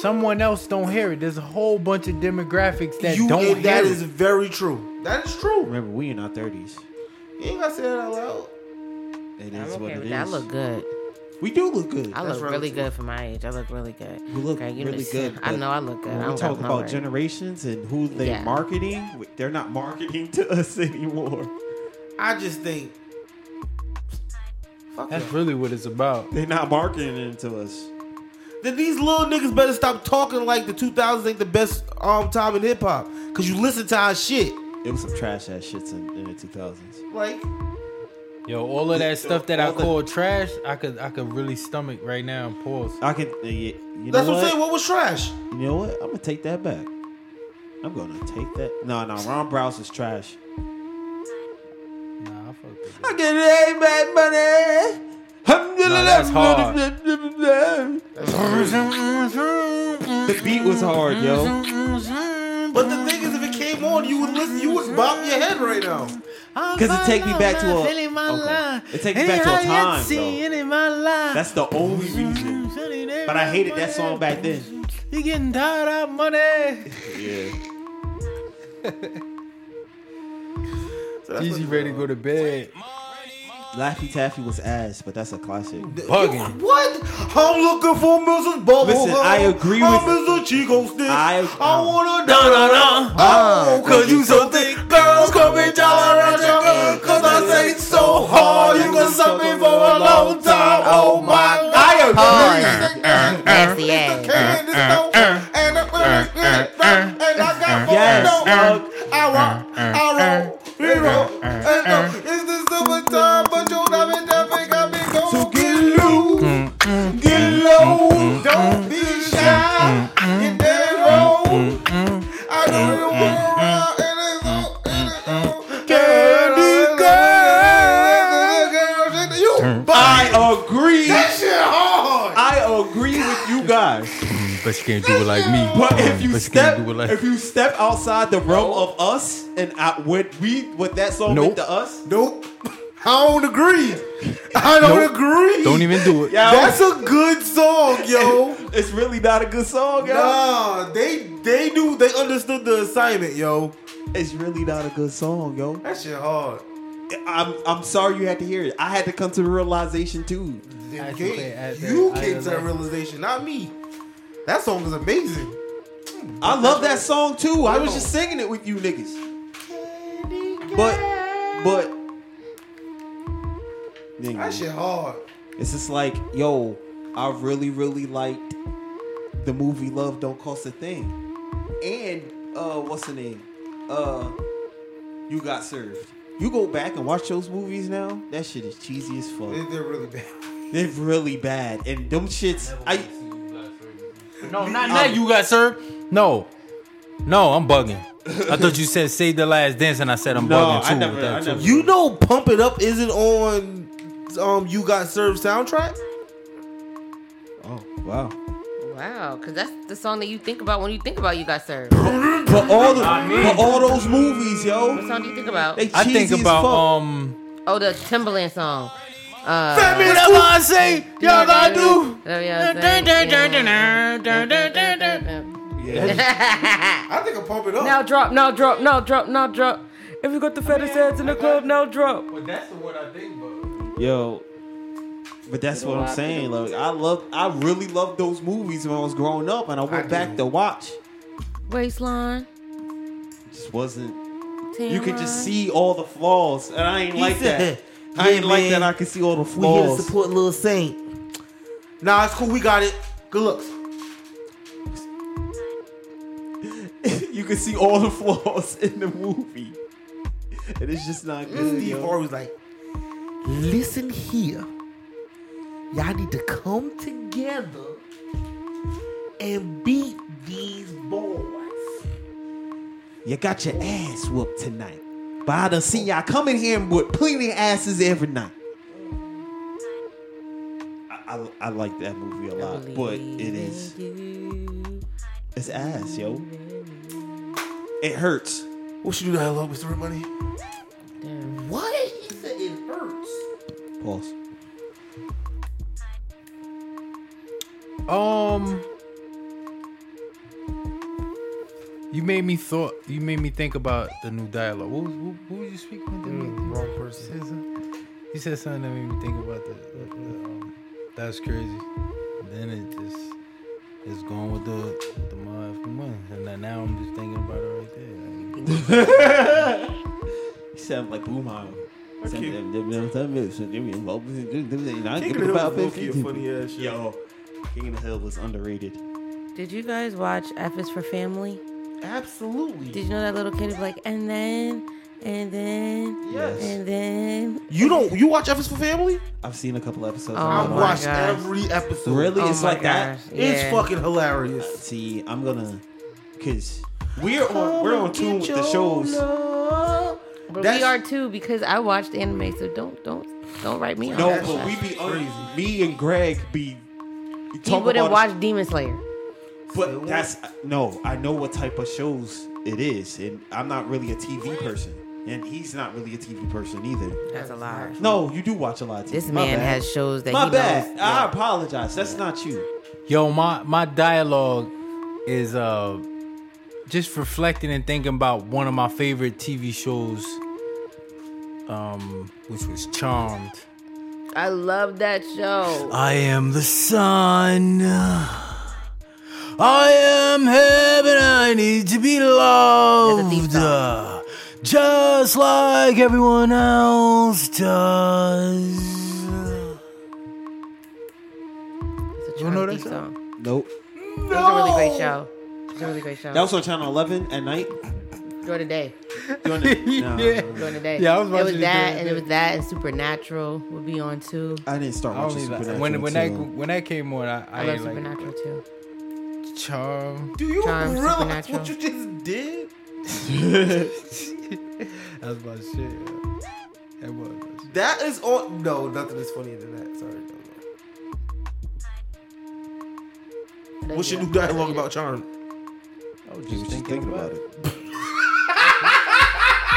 Someone else don't hear it. There's a whole bunch of demographics that
you
don't hear
and that
it.
is very true. That is true.
Remember, we in our thirties.
You ain't gotta say that out loud.
It
I'm
is what
okay
it
with
is.
that. I look good.
We do look good.
I
That's
look really
relative.
good for my age. I look really good.
You look really good,
I
but
know I look good. I
When we
don't got
talk
no
about
worries.
generations and who they
Yeah.
marketing, they're not marketing [laughs] to us anymore.
I just think Fuck
That's
y'all.
really what it's about.
They're not marketing it to us.
Then these little niggas better stop talking like the 2000s ain't the best um, time in hip hop. Cause you listen to our shit.
It was some trash ass shits in, in the 2000s.
Like,
Yo, all of that stuff that I
all the-
call trash, I could I could really stomach right now and pause.
I can, uh, yeah, you know
that's what
what?
I'm saying. What was trash?
You know what? I'm gonna take that back. I'm gonna take that. No, no, Ron Browse is trash.
Nah, I fuck with
I get it, my money.
No, that's hard.
The beat was hard, yo.
But the thing is, if it came on, you would listen. You would bop your head right now.
Because it take me back to a. Okay. It take me back to a time, though. That's the only reason.
Mm,
But I hated that song back then.
You getting tired of
[laughs]
money?
Yeah.
[laughs]
So that's
Easy,
what-
ready to go to bed.
Laffy Taffy was ass, but that's a classic.
Bugging.
What? I'm looking for Mrs. Bubble.
Listen,
Gum.
I agree
I'm
with-
Mr. Chico Stick.
I-
wanna da da da.
Ah,
Oh, cause you so thick. Girls call me Jolly Roger. Cause I say it so hard. You can suck me for a long time. Oh my god. I [laughs]
Nasty ass.
And it's over. And the finish is done. And I got more
Yes,
dough.
dog.
I rock, I roll, we roll. And uh, it's the summer time, but you know me, that make I be go. So get low, get low, don't be shy. Get that low. I know you want around, and it's all, and it's all. Candy girl, you buy
I agree.
that shit hard.
I'll agree with you guys.
[laughs] But you can't do it like me.
But if you step,
can't do it like
if you step outside the realm of us and out what we what that song
Nope.
meant to us,
Nope. I don't agree. I don't
Nope.
agree.
don't even do it.
Yeah.
That's a good song, [laughs] yo.
[laughs] it's really not a good song, yo.
nah, they they knew they understood the assignment, yo.
It's really not a good song, yo.
That shit hard.
I'm I'm sorry you had to hear it. I had to come to the realization too.
Then
I can
you-
play it at
you
the-
came
I
to that
like-
realization, not me. That song is amazing.
I love that song too. I was just singing it with you niggas. But but
That
nigga,
shit hard.
it's just like yo, I really really liked the movie Love Don't Cost a Thing, and uh, what's the name? Uh, you got served. You go back and watch those movies now. That shit is cheesy as
They,
fuck.
they're really bad.
They're really bad, and them shits. I
No, not not you got sir. No, no, I'm bugging. I thought you said save the last dance, and I said I'm
No,
bugging
Oh, I
too.
never-
with that
I
too.
never-
You know, Pump It [laughs] Up isn't on um You Got Served soundtrack.
oh wow.
Wow, because that's the song that you think about when you think about You Got Served. What
But all the, but all those movies, yo,
song do you think about?
they cheesy
I think
as
about
fuck.
um.
Oh, the Timberland song. Uh,
Whatever I say, y'all gotta do.
whatever y'all say.
I think I Pump It Up.
[laughs] Now drop, now drop, now drop, now drop. If you got the fattest heads in the club, now drop.
But that's the word I think about.
yo. But that's what I'm saying. Like I love, I really loved those movies when I was growing up, and I went back to watch.
Waistline.
Just wasn't.
tan
You could just
line.
see all the flaws, and I ain't like that. I ain't like that. I could see all the
We here to
flaws.
support Lil Saint. Nah, it's cool. We got it. Good looks.
[laughs] you could see all the flaws in the movie, and it's just not good.
Steve
yo.
Harvey was like, listen here. Y'all need to come together and beat these boys.
You got your ass whooped tonight. But I done seen y'all coming here with plenty of asses every night. I, I, I like that movie a lot, but it is it's ass, yo. It hurts.
What should do dialogue, Mr. Red Money?
Damn.
What? He said it hurts.
Pause.
Um. You made me thought. You made me think about the new dialogue. What was, what, what was you speaking about? Mm, wrong person. You said something that made me think about the. the, the, um, that's crazy. Then it just it's going with the with the motherfucking money, and then now I'm just thinking about it right there. Like,
You sound like Boomhauer. King
ass
Yo, King of the Hill was underrated.
Did you guys watch F is for Family?
Absolutely.
Did you know that little kid is like, and then, and then,
Yes.
and then?
You don't you watch F is for Family?
I've seen a couple episodes.
Oh
I've
my
watched
gosh.
every episode.
Really?
Oh
it's
my
like that.
gosh,
It's
yeah.
fucking hilarious.
See, I'm gonna, cause we're on we're on tune with the shows.
But
That's-
we are too because I watched anime, so don't don't don't write me
No,
off.
but we be crazy. Me and Greg be. we
He
talk
wouldn't
about it,
watch Demon Slayer.
But that's no. I know what type of shows it is, and I'm not really a TV person, and he's not really a TV person either.
That's a lie.
No, you do watch a lot. Of TV.
This
My
man
bad.
has shows that
My
he
bad.
knows.
I apologize. That's not you.
Yo, my my dialogue is uh just reflecting and thinking about one of my favorite TV shows, um, which was Charmed.
I love that
Uh,
show.
I am the sun. I am heaven. I need to be
That's a deep
loved,
song.
uh, just like everyone else does.
It's a
You
Charm
know that
Thief
show?
song.
Nope.
It was a really great show. It's a really great show.
That was on channel 11 at night.
during the day.
During
[laughs]
the, no,
Yeah.
During the day.
Yeah, I was
It
watching
was
it
that,
during
and
the
it
day.
was that, and Supernatural would be on too.
I didn't start
I don't
watching
even,
Supernatural.
when when that
until-
when that came on, I, I,
I, love
ain't like it,
Supernatural too.
but Charmed.
Do you
Charmed,
realize what you
Supernatural.
just did?
That's my shit. yeah. That was. my shit.
That is on. No, nothing is funnier than that. Sorry. never mind. What's your new dialogue about charm?
I was
She was just thinking about it.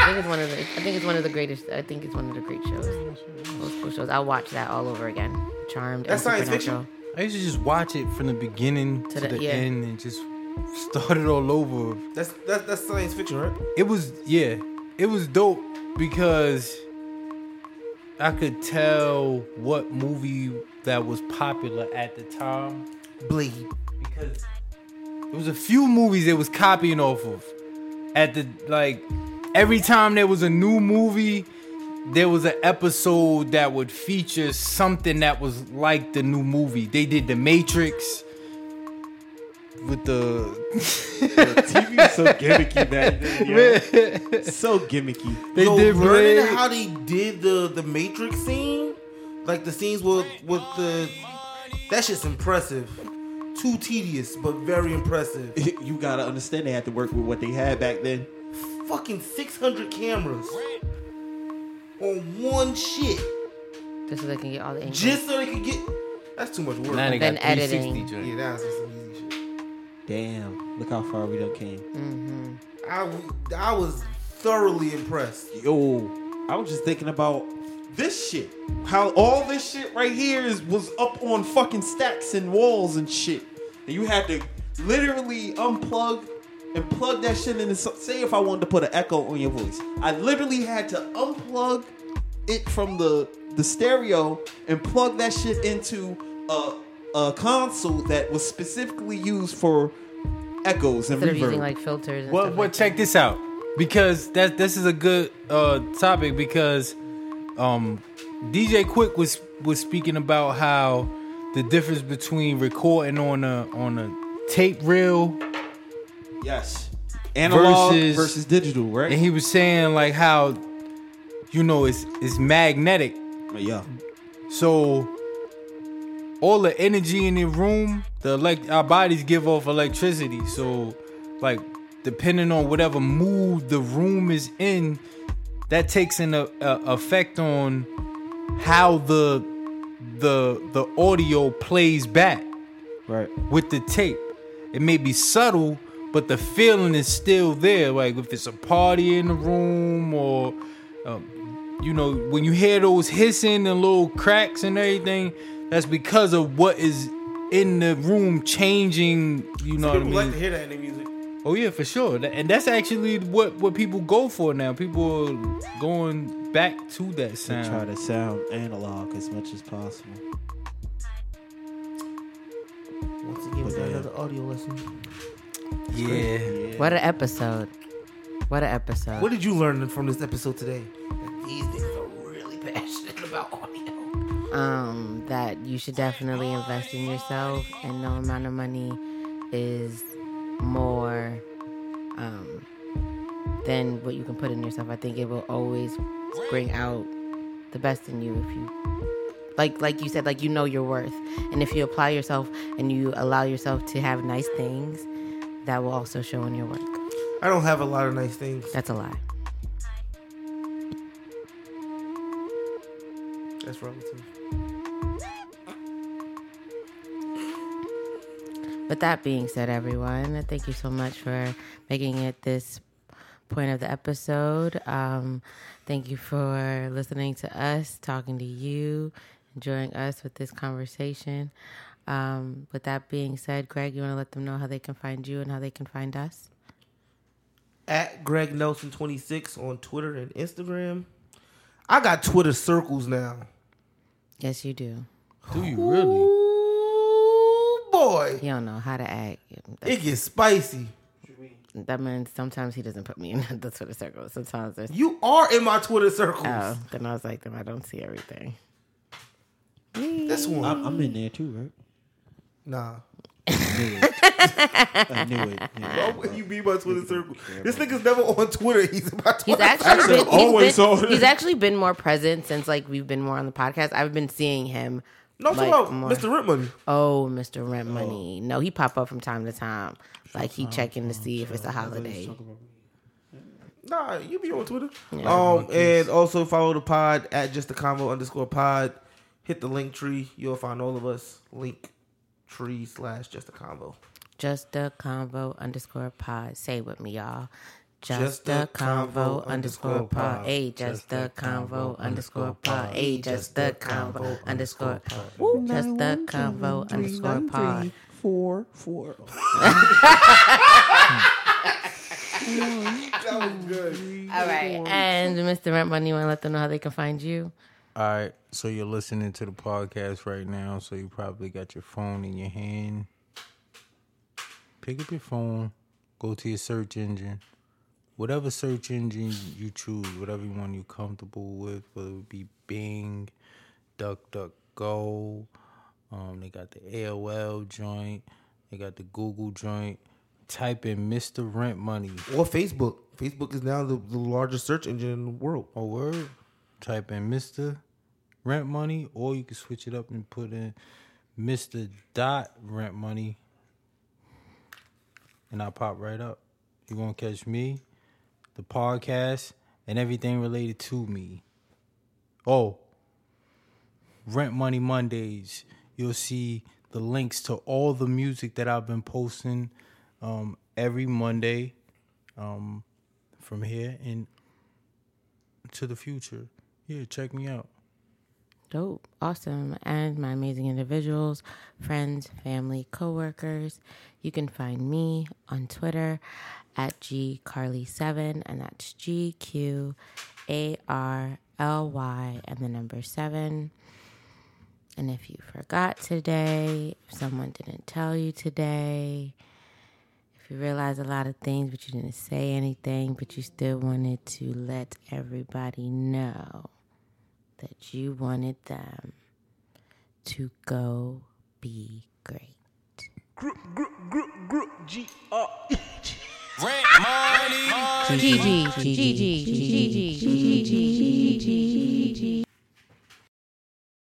I think it's one of the. I think it's one of the greatest. I think it's one of the great shows. Old school shows. I'll watch that all over again. Charmed.
That's
and
science fiction.
Supernatural.
I used to just watch it from the beginning
To
to,
the-
the
yeah.
end and just start it all over.
That's that's that's science fiction, right?
It was yeah, it was dope because I could tell what movie that was popular at the time
Blade.
because it was a few movies they was copying off of. At the like every time there was a new movie, there was an episode that would feature something that was like the new movie. They did The Matrix with the
TV is so gimmicky back [laughs] then. Yo. So gimmicky.
they
Yo,
did
learning
Blade.
how they did the the Matrix scene, like the scenes with with the that shit's impressive. Too tedious, but very impressive.
[laughs] You gotta understand they had to work with what they had back then.
Fucking six hundred cameras on one shit,
Just so they can get all the angles.
just so they could get. That's too much work.
Now they
Yeah,
got
Then editing.
360 joint.
that's just some easy shit.
Damn, look how far we done came.
I, w- I was thoroughly impressed.
Yo, I was just thinking about this shit. How all this shit right here is was up on fucking stacks and walls and shit. And you had to literally unplug and plug that shit in. so- Say if I wanted to put an echo on your voice, I literally had to unplug it from the the stereo and plug that shit into a a console that was specifically used for echoes and
Instead of
reverb.
using like filters. And
Well,
stuff
well,
like
check this out because that this is a good uh, topic because um, DJ Quick was was speaking about how the difference between recording on a on a tape reel
yes, analog
Versus-
versus, digital, right?
and he was saying like how you know it's it's magnetic
yeah.
so all the energy in the room the elect our bodies give off electricity so like depending on whatever mood the room is in that takes an a, a effect on how the the the audio plays back
Right.
with the tape. It may be subtle, but the feeling is still there. Like if it's a party in the room, or um, you know, when you hear those hissing and little cracks and everything, that's because of what is in the room changing. You know what I
People
mean?
like to hear that in their music.
Oh yeah, for sure. Tha- And that's actually what what people go for now. People are going back to that
to try to
sound.
sound analog as much as possible.
Once again, we got
damn.
another audio lesson.
Yeah.
that. What an episode. What an episode.
What did you learn from this episode today? That these niggas are really passionate about audio.
um, that you should definitely invest in yourself, and no amount of money is more um, than what you can put in yourself. I think it will always bring out the best in you if you like like you said like you know your worth and if you apply yourself and you allow yourself to have nice things that will also show in your work
I don't have a lot of nice things.
that's a lie
That's relative.
With that being said, everyone, thank you so much for making it this point of the episode. Um, thank you for listening to us, talking to you, enjoying us with this conversation. Um, with that being said, Greg, you want to let them know how they can find you and how they can find us?
At Greg Nelson 26 on Twitter and Instagram. I got Twitter circles now.
Yes, you do.
Do you really?
Ooh, boy.
You don't know how to act. That,
It gets spicy.
that means sometimes he doesn't put me in [laughs] the Twitter circle. Sometimes there's.
You are in my Twitter circles.
Oh, then I was like, then I don't see everything.
This one.
I'm, I'm in there too, right?
nah.
I knew it. Yeah.
Why would you be my Twitter circle? This nigga's never on Twitter. He's in my Twitter.
He's
circle.
actually been, he's
always
been-
on it.
he's actually been more present since like we've been more on the podcast. I've been seeing him.
No, I'm
like,
talking about
more-
Mr. Ripman.
Oh, Mr. Rent Money. No, he pop up from time to time. Like he checking to see if it's a holiday.
Nah, you be on Twitter. Um, and also follow the pod at just the convo underscore pod. Hit the link tree. You'll find all of us. Link tree slash just a convo.
Just a convo underscore pod. Say it with me, y'all. Just, the convo underscore pod. Hey, just the convo underscore pod. Hey, just the convo underscore. Woo. Just the convo underscore pod.
Four,
[laughs]
four.
All right. And Mr. Rent Money, you want to let them know how they can find you?
All right, so you're listening to the podcast right now, so you probably got your phone in your hand. Pick up your phone, go to your search engine. Whatever search engine you choose, whatever one you're comfortable with, whether it be Bing, DuckDuckGo, um, they got the AOL joint, they got the Google joint. Type in Mr. Rent Money.
Or Facebook. Facebook is now the, the largest search engine in the world.
a word, type in Mr. Rent Money, or you can switch it up and put in Mr. Dot Rent Money, and I pop right up. You're gonna catch me, the podcast, and everything related to me. Oh, Rent Money Mondays. You'll see the links to all the music that I've been posting um, every Monday um, from here and to the future. Yeah, check me out.
Dope. Awesome. And my amazing individuals, friends, family, coworkers. You can find me on Twitter at GCarly7, and that's G Q A R L Y and the number seven. And if you forgot today, if someone didn't tell you today, if you realize a lot of things but you didn't say anything, but you still wanted to let everybody know that you wanted them to go be great. Group, group, group, group, G R E G. Rent money. G G G G G G G G G G G G G